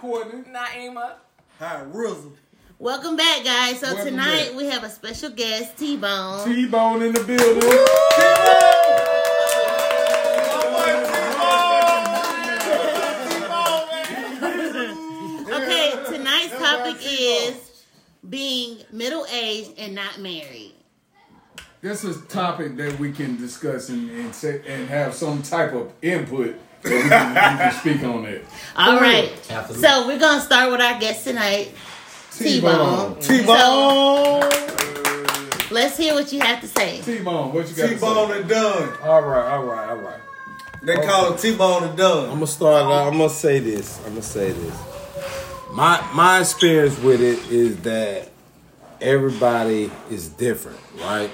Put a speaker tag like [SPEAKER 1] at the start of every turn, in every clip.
[SPEAKER 1] Courtney.
[SPEAKER 2] Naima.
[SPEAKER 1] Hi, Rizzle.
[SPEAKER 3] Welcome back, guys. So
[SPEAKER 1] Welcome
[SPEAKER 3] tonight
[SPEAKER 1] back.
[SPEAKER 3] we have a special guest, T Bone.
[SPEAKER 1] T Bone in the building. T-Bone!
[SPEAKER 3] Okay, tonight's topic is being middle aged and not married.
[SPEAKER 4] This is a topic that we can discuss and and, say, and have some type of input that we can, we can speak on it.
[SPEAKER 3] All right.
[SPEAKER 5] Absolutely.
[SPEAKER 3] So we're gonna start with our guest tonight, T Bone.
[SPEAKER 5] T-Bone.
[SPEAKER 3] Let's hear what you have to say.
[SPEAKER 4] T-Bone, what you got
[SPEAKER 1] T-Bone
[SPEAKER 4] to
[SPEAKER 1] and Dunn.
[SPEAKER 4] say? All right, all right, all right.
[SPEAKER 1] They call it T-Bone and Dunn.
[SPEAKER 5] I'm gonna start. Out, I'm gonna say this. I'm gonna say this. My my experience with it is that everybody is different, right?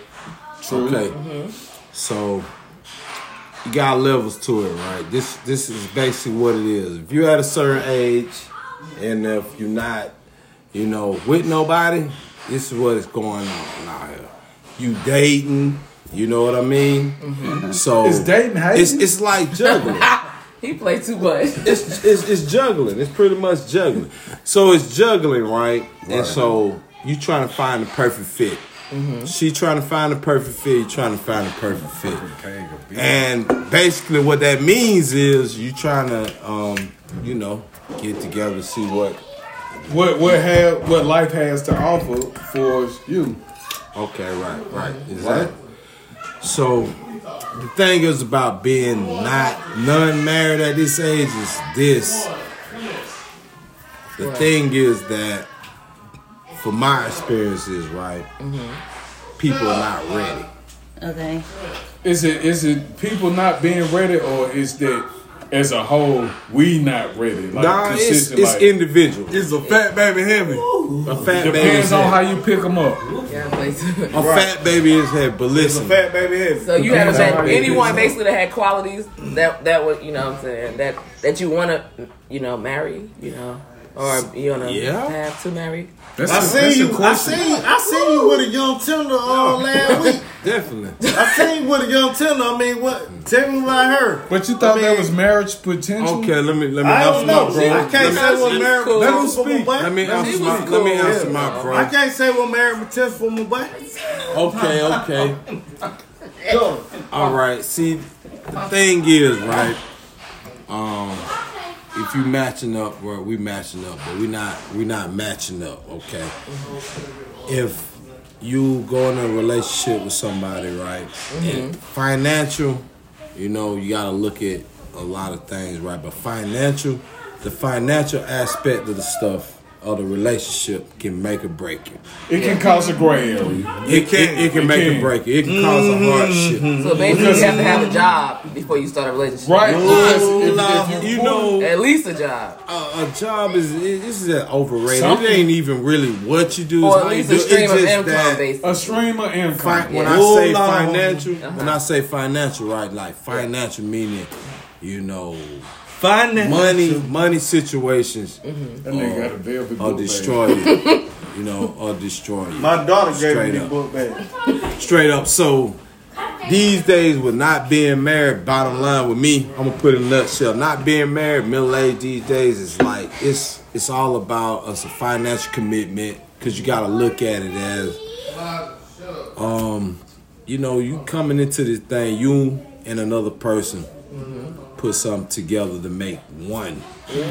[SPEAKER 5] True. Okay.
[SPEAKER 4] Mm-hmm.
[SPEAKER 5] So you got levels to it, right? This this is basically what it is. If you're at a certain age, and if you're not, you know, with nobody, this is what is going on out here. You dating. You know what I mean? So
[SPEAKER 4] Mm-hmm. Is dating hating?
[SPEAKER 5] It's, it's like juggling.
[SPEAKER 2] He played too much.
[SPEAKER 5] it's, it's it's juggling. It's pretty much juggling. So it's juggling, right? And so you trying to find the perfect fit. She trying to find the perfect fit. You trying to find the perfect fit. And basically, what that means is you trying to, um, you know, get together to see what.
[SPEAKER 4] What what have what life has to offer for you?
[SPEAKER 5] Okay, right, right,
[SPEAKER 1] Mm-hmm.
[SPEAKER 5] exactly. So the thing is about being not none married at this age is this. The thing is that, for my experiences, right,
[SPEAKER 1] Mm-hmm.
[SPEAKER 5] people are not ready.
[SPEAKER 3] Okay.
[SPEAKER 4] Is it is it people not being ready, or is that as a whole we not ready? Like,
[SPEAKER 5] Nah, it's,
[SPEAKER 4] consistent,
[SPEAKER 5] it's
[SPEAKER 4] like,
[SPEAKER 5] individual.
[SPEAKER 1] It's a fat baby heavy.
[SPEAKER 5] A fat baby is
[SPEAKER 4] depends on how
[SPEAKER 5] heavy.
[SPEAKER 4] you pick them up.
[SPEAKER 2] Yeah, played too much.
[SPEAKER 5] A fat baby is heavy, but
[SPEAKER 1] It's a
[SPEAKER 5] listen,
[SPEAKER 1] fat baby heavy.
[SPEAKER 2] So you haven't
[SPEAKER 4] on how
[SPEAKER 2] had
[SPEAKER 4] you
[SPEAKER 2] anyone
[SPEAKER 4] feel.
[SPEAKER 2] basically that had qualities that that would you know what I'm saying that that you want to you know marry you know or you know
[SPEAKER 5] Yeah.
[SPEAKER 2] have to marry.
[SPEAKER 4] That's
[SPEAKER 1] I
[SPEAKER 4] a-
[SPEAKER 1] seen
[SPEAKER 4] that's a
[SPEAKER 1] you. I
[SPEAKER 4] question.
[SPEAKER 1] seen. I seen you with a young tender all last week.
[SPEAKER 5] definitely.
[SPEAKER 1] I seen you with a young tender. I mean, what? Tell me about her.
[SPEAKER 4] But you thought
[SPEAKER 1] I
[SPEAKER 4] that
[SPEAKER 1] mean-
[SPEAKER 4] was marriage potential?
[SPEAKER 5] Okay, let me let me
[SPEAKER 1] I don't
[SPEAKER 5] answer my
[SPEAKER 1] know.
[SPEAKER 5] bro.
[SPEAKER 1] I
[SPEAKER 5] Let
[SPEAKER 1] can't
[SPEAKER 5] me,
[SPEAKER 1] say what
[SPEAKER 2] she's
[SPEAKER 1] married
[SPEAKER 2] cool.
[SPEAKER 1] potential
[SPEAKER 2] Let him
[SPEAKER 1] for my
[SPEAKER 4] speak.
[SPEAKER 1] boy.
[SPEAKER 5] let me answer my
[SPEAKER 2] was
[SPEAKER 5] let me
[SPEAKER 2] cool.
[SPEAKER 5] answer my bro.
[SPEAKER 1] I can't say what married potential for my boy.
[SPEAKER 5] Okay, okay. All right. See, the thing is, right? Um, if you matching up, well, we matching up, but we not we not matching up. Okay. If you go in a relationship with somebody, right? And financial, you know, you gotta look at a lot of things, right? But financial, the financial aspect of the stuff of the relationship can make or break it.
[SPEAKER 4] It can cause a gray area.
[SPEAKER 5] It can it, can
[SPEAKER 4] It
[SPEAKER 5] make
[SPEAKER 4] can.
[SPEAKER 5] or break it. It can cause a hardship.
[SPEAKER 2] So basically you have to have a job before you start a relationship.
[SPEAKER 4] Right? Because if- if
[SPEAKER 5] Nah, you know,
[SPEAKER 2] At least a job.
[SPEAKER 5] a, a job is it, this is an overrated.
[SPEAKER 4] Something.
[SPEAKER 5] It ain't even really what you do.
[SPEAKER 2] Or
[SPEAKER 5] it's
[SPEAKER 2] at
[SPEAKER 5] how you
[SPEAKER 2] least
[SPEAKER 5] do
[SPEAKER 2] a
[SPEAKER 5] it.
[SPEAKER 2] stream
[SPEAKER 5] It's
[SPEAKER 2] of
[SPEAKER 5] just
[SPEAKER 2] income
[SPEAKER 5] that
[SPEAKER 2] based.
[SPEAKER 4] A stream of
[SPEAKER 5] fi-
[SPEAKER 4] income.
[SPEAKER 5] When
[SPEAKER 2] Yeah.
[SPEAKER 5] I
[SPEAKER 1] Whole
[SPEAKER 5] say
[SPEAKER 1] lot of them.
[SPEAKER 5] financial,
[SPEAKER 2] Uh-huh.
[SPEAKER 5] when I say financial, right? Like financial meaning, you know,
[SPEAKER 1] Finance.
[SPEAKER 5] money, money situations
[SPEAKER 2] Mm-hmm.
[SPEAKER 4] That nigga got a velvet
[SPEAKER 5] are
[SPEAKER 4] book bag.
[SPEAKER 5] destroyed. you know, are destroyed.
[SPEAKER 1] My daughter gave
[SPEAKER 5] Straight
[SPEAKER 1] me
[SPEAKER 5] up.
[SPEAKER 1] the book bag.
[SPEAKER 5] Straight up. So these days with not being married, bottom line with me, I'm gonna put it in a nutshell. Not being married, middle age these days is like it's it's all about us a financial commitment because you gotta look at it as um you know you coming into this thing you and another person put something together to make one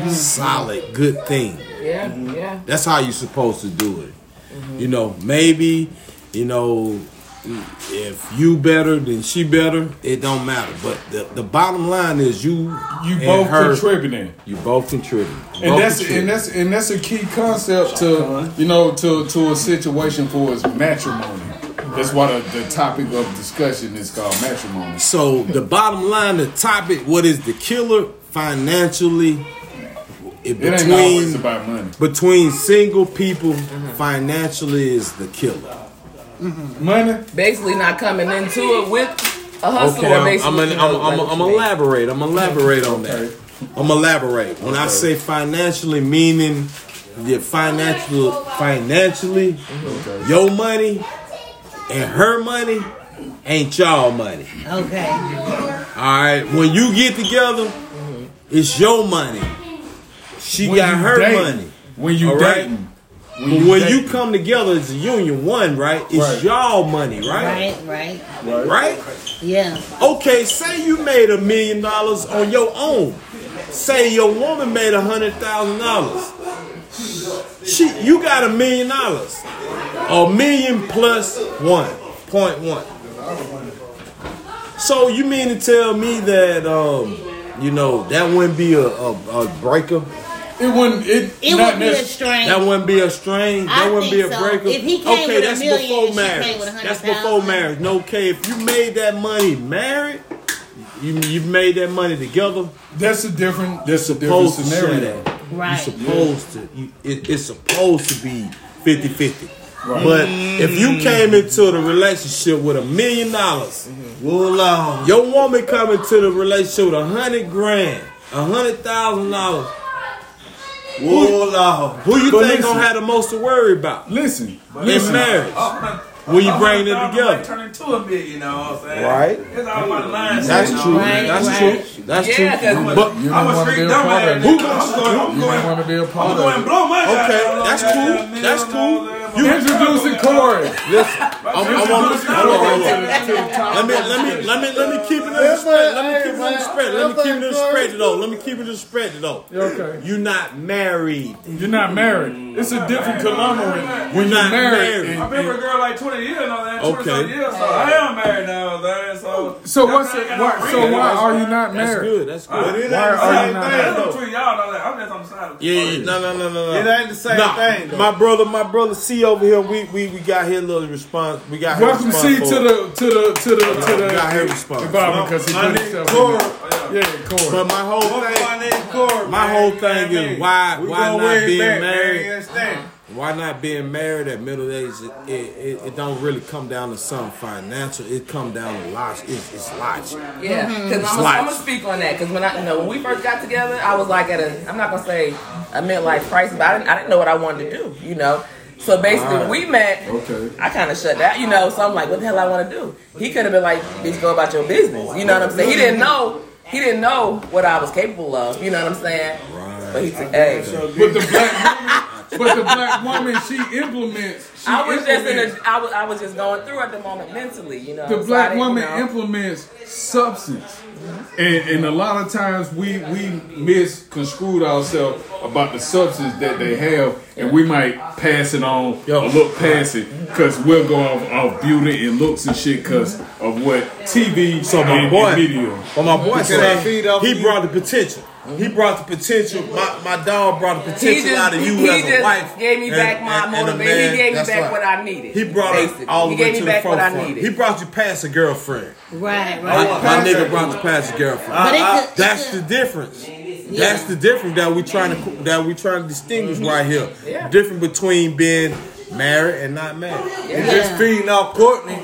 [SPEAKER 5] solid good thing.
[SPEAKER 2] Yeah, yeah.
[SPEAKER 5] That's how you're supposed to do it. You know, maybe, you know, if you better than she better, it don't matter. But the, the bottom line is you
[SPEAKER 4] You
[SPEAKER 5] and
[SPEAKER 4] both
[SPEAKER 5] her,
[SPEAKER 4] contributing.
[SPEAKER 5] You both contributing.
[SPEAKER 4] And
[SPEAKER 5] Both
[SPEAKER 4] that's
[SPEAKER 5] contributing.
[SPEAKER 4] and that's and that's a key concept to you know to to a situation for is matrimony. That's why the, the topic of discussion is called matrimony.
[SPEAKER 5] so the bottom line, the topic, what is the killer financially it
[SPEAKER 4] It ain't always
[SPEAKER 5] between
[SPEAKER 4] about money.
[SPEAKER 5] between single people financially is the killer.
[SPEAKER 4] Money.
[SPEAKER 2] Basically not coming into it with a hustle
[SPEAKER 5] Okay,
[SPEAKER 2] or
[SPEAKER 5] I'm,
[SPEAKER 2] basically.
[SPEAKER 5] I'm, gonna-
[SPEAKER 2] you
[SPEAKER 5] I'm,
[SPEAKER 2] know,
[SPEAKER 5] I'm,
[SPEAKER 2] like
[SPEAKER 5] I'm,
[SPEAKER 2] what you make.
[SPEAKER 5] elaborate. I'm elaborate on
[SPEAKER 4] Okay.
[SPEAKER 5] that. I'm elaborate. When I say financially, meaning the financial, financially, your money and her money ain't y'all money.
[SPEAKER 3] Okay.
[SPEAKER 5] All right. When you get together, it's your money. She
[SPEAKER 4] Mm-hmm. When
[SPEAKER 5] got
[SPEAKER 4] you
[SPEAKER 5] her
[SPEAKER 4] dating.
[SPEAKER 5] money.
[SPEAKER 4] When you
[SPEAKER 5] All right.
[SPEAKER 4] dating,
[SPEAKER 5] But when
[SPEAKER 4] dating.
[SPEAKER 5] you come together, it's a union one, right? It's
[SPEAKER 4] Right.
[SPEAKER 5] y'all money, right?
[SPEAKER 3] Right, right.
[SPEAKER 5] Right?
[SPEAKER 3] Yeah.
[SPEAKER 5] Okay, say you made a million dollars on your own. Say your woman made a hundred thousand dollars. She, you got a million dollars, a million plus one point one. So you mean to tell me that um, you know that wouldn't be a, a, a breaker?
[SPEAKER 4] it wouldn't. It,
[SPEAKER 3] It
[SPEAKER 4] not
[SPEAKER 3] would be a
[SPEAKER 4] necess-
[SPEAKER 3] strain.
[SPEAKER 5] That wouldn't be a strain. That
[SPEAKER 3] I
[SPEAKER 5] wouldn't be
[SPEAKER 3] think
[SPEAKER 5] a
[SPEAKER 3] so.
[SPEAKER 5] breaker.
[SPEAKER 3] If he came
[SPEAKER 5] okay,
[SPEAKER 3] with a
[SPEAKER 5] that's
[SPEAKER 3] million
[SPEAKER 5] before
[SPEAKER 3] and she came
[SPEAKER 5] marriage.
[SPEAKER 3] with a hundred
[SPEAKER 5] that's before
[SPEAKER 3] thousand.
[SPEAKER 5] marriage. No, okay, if you made that money married, you you made that money together.
[SPEAKER 4] That's a different. That's a different
[SPEAKER 5] Supposed to share
[SPEAKER 4] scenario.
[SPEAKER 5] that.
[SPEAKER 3] Right.
[SPEAKER 5] You're supposed to. You, it, it's supposed to be 50 50. But if you came into the relationship with a million dollars,
[SPEAKER 1] Well,
[SPEAKER 5] your woman coming to the relationship with a hundred grand, a hundred thousand dollars,
[SPEAKER 1] Whoa, Lord.
[SPEAKER 5] who you
[SPEAKER 4] But
[SPEAKER 5] think
[SPEAKER 4] listen.
[SPEAKER 5] gonna have the most to worry about
[SPEAKER 4] Listen,
[SPEAKER 5] in
[SPEAKER 4] listen.
[SPEAKER 5] marriage? When
[SPEAKER 6] When
[SPEAKER 5] you bring it together.
[SPEAKER 6] Turn into a million, you know what I'm saying?
[SPEAKER 5] Right.
[SPEAKER 6] It's all about the mindset.
[SPEAKER 5] That's
[SPEAKER 6] you know?
[SPEAKER 5] true.
[SPEAKER 3] Right,
[SPEAKER 5] That's
[SPEAKER 3] right.
[SPEAKER 5] true. uh, That's
[SPEAKER 2] Yeah,
[SPEAKER 5] true.
[SPEAKER 2] 'cause-
[SPEAKER 5] But
[SPEAKER 4] You don't
[SPEAKER 6] I'm a
[SPEAKER 4] want to
[SPEAKER 6] street
[SPEAKER 4] be a
[SPEAKER 6] dumbass.
[SPEAKER 4] part of it.
[SPEAKER 6] I'm going,
[SPEAKER 5] Who gonna
[SPEAKER 6] I'm
[SPEAKER 4] You
[SPEAKER 6] going,
[SPEAKER 4] don't want to be a
[SPEAKER 6] I'm
[SPEAKER 4] part
[SPEAKER 6] going
[SPEAKER 4] of it.
[SPEAKER 6] blow my
[SPEAKER 5] Okay,
[SPEAKER 6] goddamn
[SPEAKER 5] that's
[SPEAKER 6] goddamn
[SPEAKER 5] cool.
[SPEAKER 6] million
[SPEAKER 5] That's cool.
[SPEAKER 6] dollars.
[SPEAKER 5] You-
[SPEAKER 4] Introducing Corey.
[SPEAKER 5] listen, I'm, I'm on this. Hold on, hold on. Let me let me let me let me keep it in the spread. Let me keep it in the spread. Let me keep it in the spread though. Let me keep it in the spread though.
[SPEAKER 4] Okay.
[SPEAKER 5] You're not married.
[SPEAKER 4] You're not married. It's a different conglomerate when
[SPEAKER 5] You're
[SPEAKER 4] you're
[SPEAKER 5] not
[SPEAKER 4] married.
[SPEAKER 5] married.
[SPEAKER 6] I've been with a girl like 20 years, you know that? 20
[SPEAKER 5] Okay.
[SPEAKER 6] okay. years, so I am married now, man. So,
[SPEAKER 4] So
[SPEAKER 6] y'all
[SPEAKER 4] what's
[SPEAKER 6] ain't
[SPEAKER 4] it?
[SPEAKER 6] got
[SPEAKER 4] Why,
[SPEAKER 6] no
[SPEAKER 4] so
[SPEAKER 6] ring,
[SPEAKER 4] why
[SPEAKER 6] that's
[SPEAKER 4] are
[SPEAKER 6] fine.
[SPEAKER 4] you not
[SPEAKER 5] That's
[SPEAKER 4] married?
[SPEAKER 5] good. That's
[SPEAKER 1] But
[SPEAKER 5] good.
[SPEAKER 1] it ain't
[SPEAKER 4] Why are
[SPEAKER 1] the same
[SPEAKER 4] you not
[SPEAKER 1] thing,
[SPEAKER 6] That's
[SPEAKER 1] though.
[SPEAKER 6] between y'all, know that. I'm just on the side of the
[SPEAKER 5] Yeah,
[SPEAKER 6] party.
[SPEAKER 5] yeah, no, no, no, no,
[SPEAKER 1] It
[SPEAKER 5] no.
[SPEAKER 1] ain't the same
[SPEAKER 5] Nah,
[SPEAKER 1] thing, though.
[SPEAKER 5] my brother, my brother, C over here. We we we got here a little response. We got her
[SPEAKER 4] Welcome,
[SPEAKER 5] response
[SPEAKER 4] see, to
[SPEAKER 5] for
[SPEAKER 4] the
[SPEAKER 5] it.
[SPEAKER 4] to the to the to
[SPEAKER 5] We got her
[SPEAKER 4] the
[SPEAKER 5] response.
[SPEAKER 4] environment because he
[SPEAKER 1] My
[SPEAKER 4] put
[SPEAKER 1] nigga
[SPEAKER 4] himself
[SPEAKER 1] Corey.
[SPEAKER 4] in. it. Oh, Yeah, Corey.
[SPEAKER 5] But my whole
[SPEAKER 1] Fuck
[SPEAKER 5] thing.
[SPEAKER 1] my nigga Corey,
[SPEAKER 5] My
[SPEAKER 1] man.
[SPEAKER 5] whole
[SPEAKER 1] You
[SPEAKER 5] thing
[SPEAKER 1] know what I
[SPEAKER 5] is
[SPEAKER 1] mean?
[SPEAKER 5] why-
[SPEAKER 1] We
[SPEAKER 5] why
[SPEAKER 1] go
[SPEAKER 5] not
[SPEAKER 1] way
[SPEAKER 5] being
[SPEAKER 1] back, man.
[SPEAKER 5] married? Uh-huh.
[SPEAKER 1] You understand?
[SPEAKER 5] Why not being married at middle age? It, it, it, it don't really come down to something financial. It come down to logic. It's, it's logic.
[SPEAKER 2] Yeah, because I'm
[SPEAKER 5] Slight.
[SPEAKER 2] gonna speak on that. Because when I, you know, when we first got together, I was like at a, I'm not gonna say a midlife crisis, but I didn't, I didn't know what I wanted to do. You know, so basically when we met.
[SPEAKER 4] Okay.
[SPEAKER 2] I kind of shut down, you know. So I'm like, what the hell I want to do? He could have been like, bitch, go about your business. You know what I'm saying? He didn't know. He didn't know what I was capable of. You know what I'm saying? Right. But he said, hey.
[SPEAKER 4] But the black woman, but the black woman, she implements. She
[SPEAKER 2] I was just in
[SPEAKER 4] implements-
[SPEAKER 2] a, I was, I was just going through at the moment mentally, you know.
[SPEAKER 4] the
[SPEAKER 2] so I
[SPEAKER 4] black
[SPEAKER 2] didn't,
[SPEAKER 4] woman
[SPEAKER 2] you know.
[SPEAKER 4] implements substance. And, and a lot of times we, we misconstrued ourselves about the substance that they have, and we might pass it on or look past it because we'll go off, off beauty and looks and shit because of what TV
[SPEAKER 5] So my
[SPEAKER 4] and,
[SPEAKER 5] boy-
[SPEAKER 4] and media.
[SPEAKER 5] But my boy said
[SPEAKER 1] feed off
[SPEAKER 5] he
[SPEAKER 1] you?
[SPEAKER 5] brought the potential. He brought the potential. My, my dog brought the
[SPEAKER 2] he
[SPEAKER 5] potential
[SPEAKER 2] just,
[SPEAKER 5] out of you
[SPEAKER 2] he
[SPEAKER 5] as a
[SPEAKER 2] just
[SPEAKER 5] wife.
[SPEAKER 2] gave me
[SPEAKER 5] and-
[SPEAKER 2] back my
[SPEAKER 5] and- and a
[SPEAKER 2] motivation.
[SPEAKER 5] man.
[SPEAKER 2] He gave me
[SPEAKER 5] That's
[SPEAKER 2] back
[SPEAKER 5] right.
[SPEAKER 2] what I needed.
[SPEAKER 5] He brought
[SPEAKER 2] basically.
[SPEAKER 5] it all the
[SPEAKER 2] He
[SPEAKER 5] way
[SPEAKER 2] gave me
[SPEAKER 5] to the
[SPEAKER 2] back what I
[SPEAKER 5] forefront.
[SPEAKER 2] needed.
[SPEAKER 5] He brought you past a girlfriend.
[SPEAKER 3] Right,
[SPEAKER 5] My,
[SPEAKER 3] right.
[SPEAKER 5] my nigga brought you past a girlfriend.
[SPEAKER 3] But it's a,
[SPEAKER 5] That's
[SPEAKER 3] it's
[SPEAKER 5] the
[SPEAKER 3] a,
[SPEAKER 5] difference. That's the difference that we trying to that we trying to distinguish right here.
[SPEAKER 2] Yeah.
[SPEAKER 5] Different between being married and not married.
[SPEAKER 1] And just feeding off Courtney.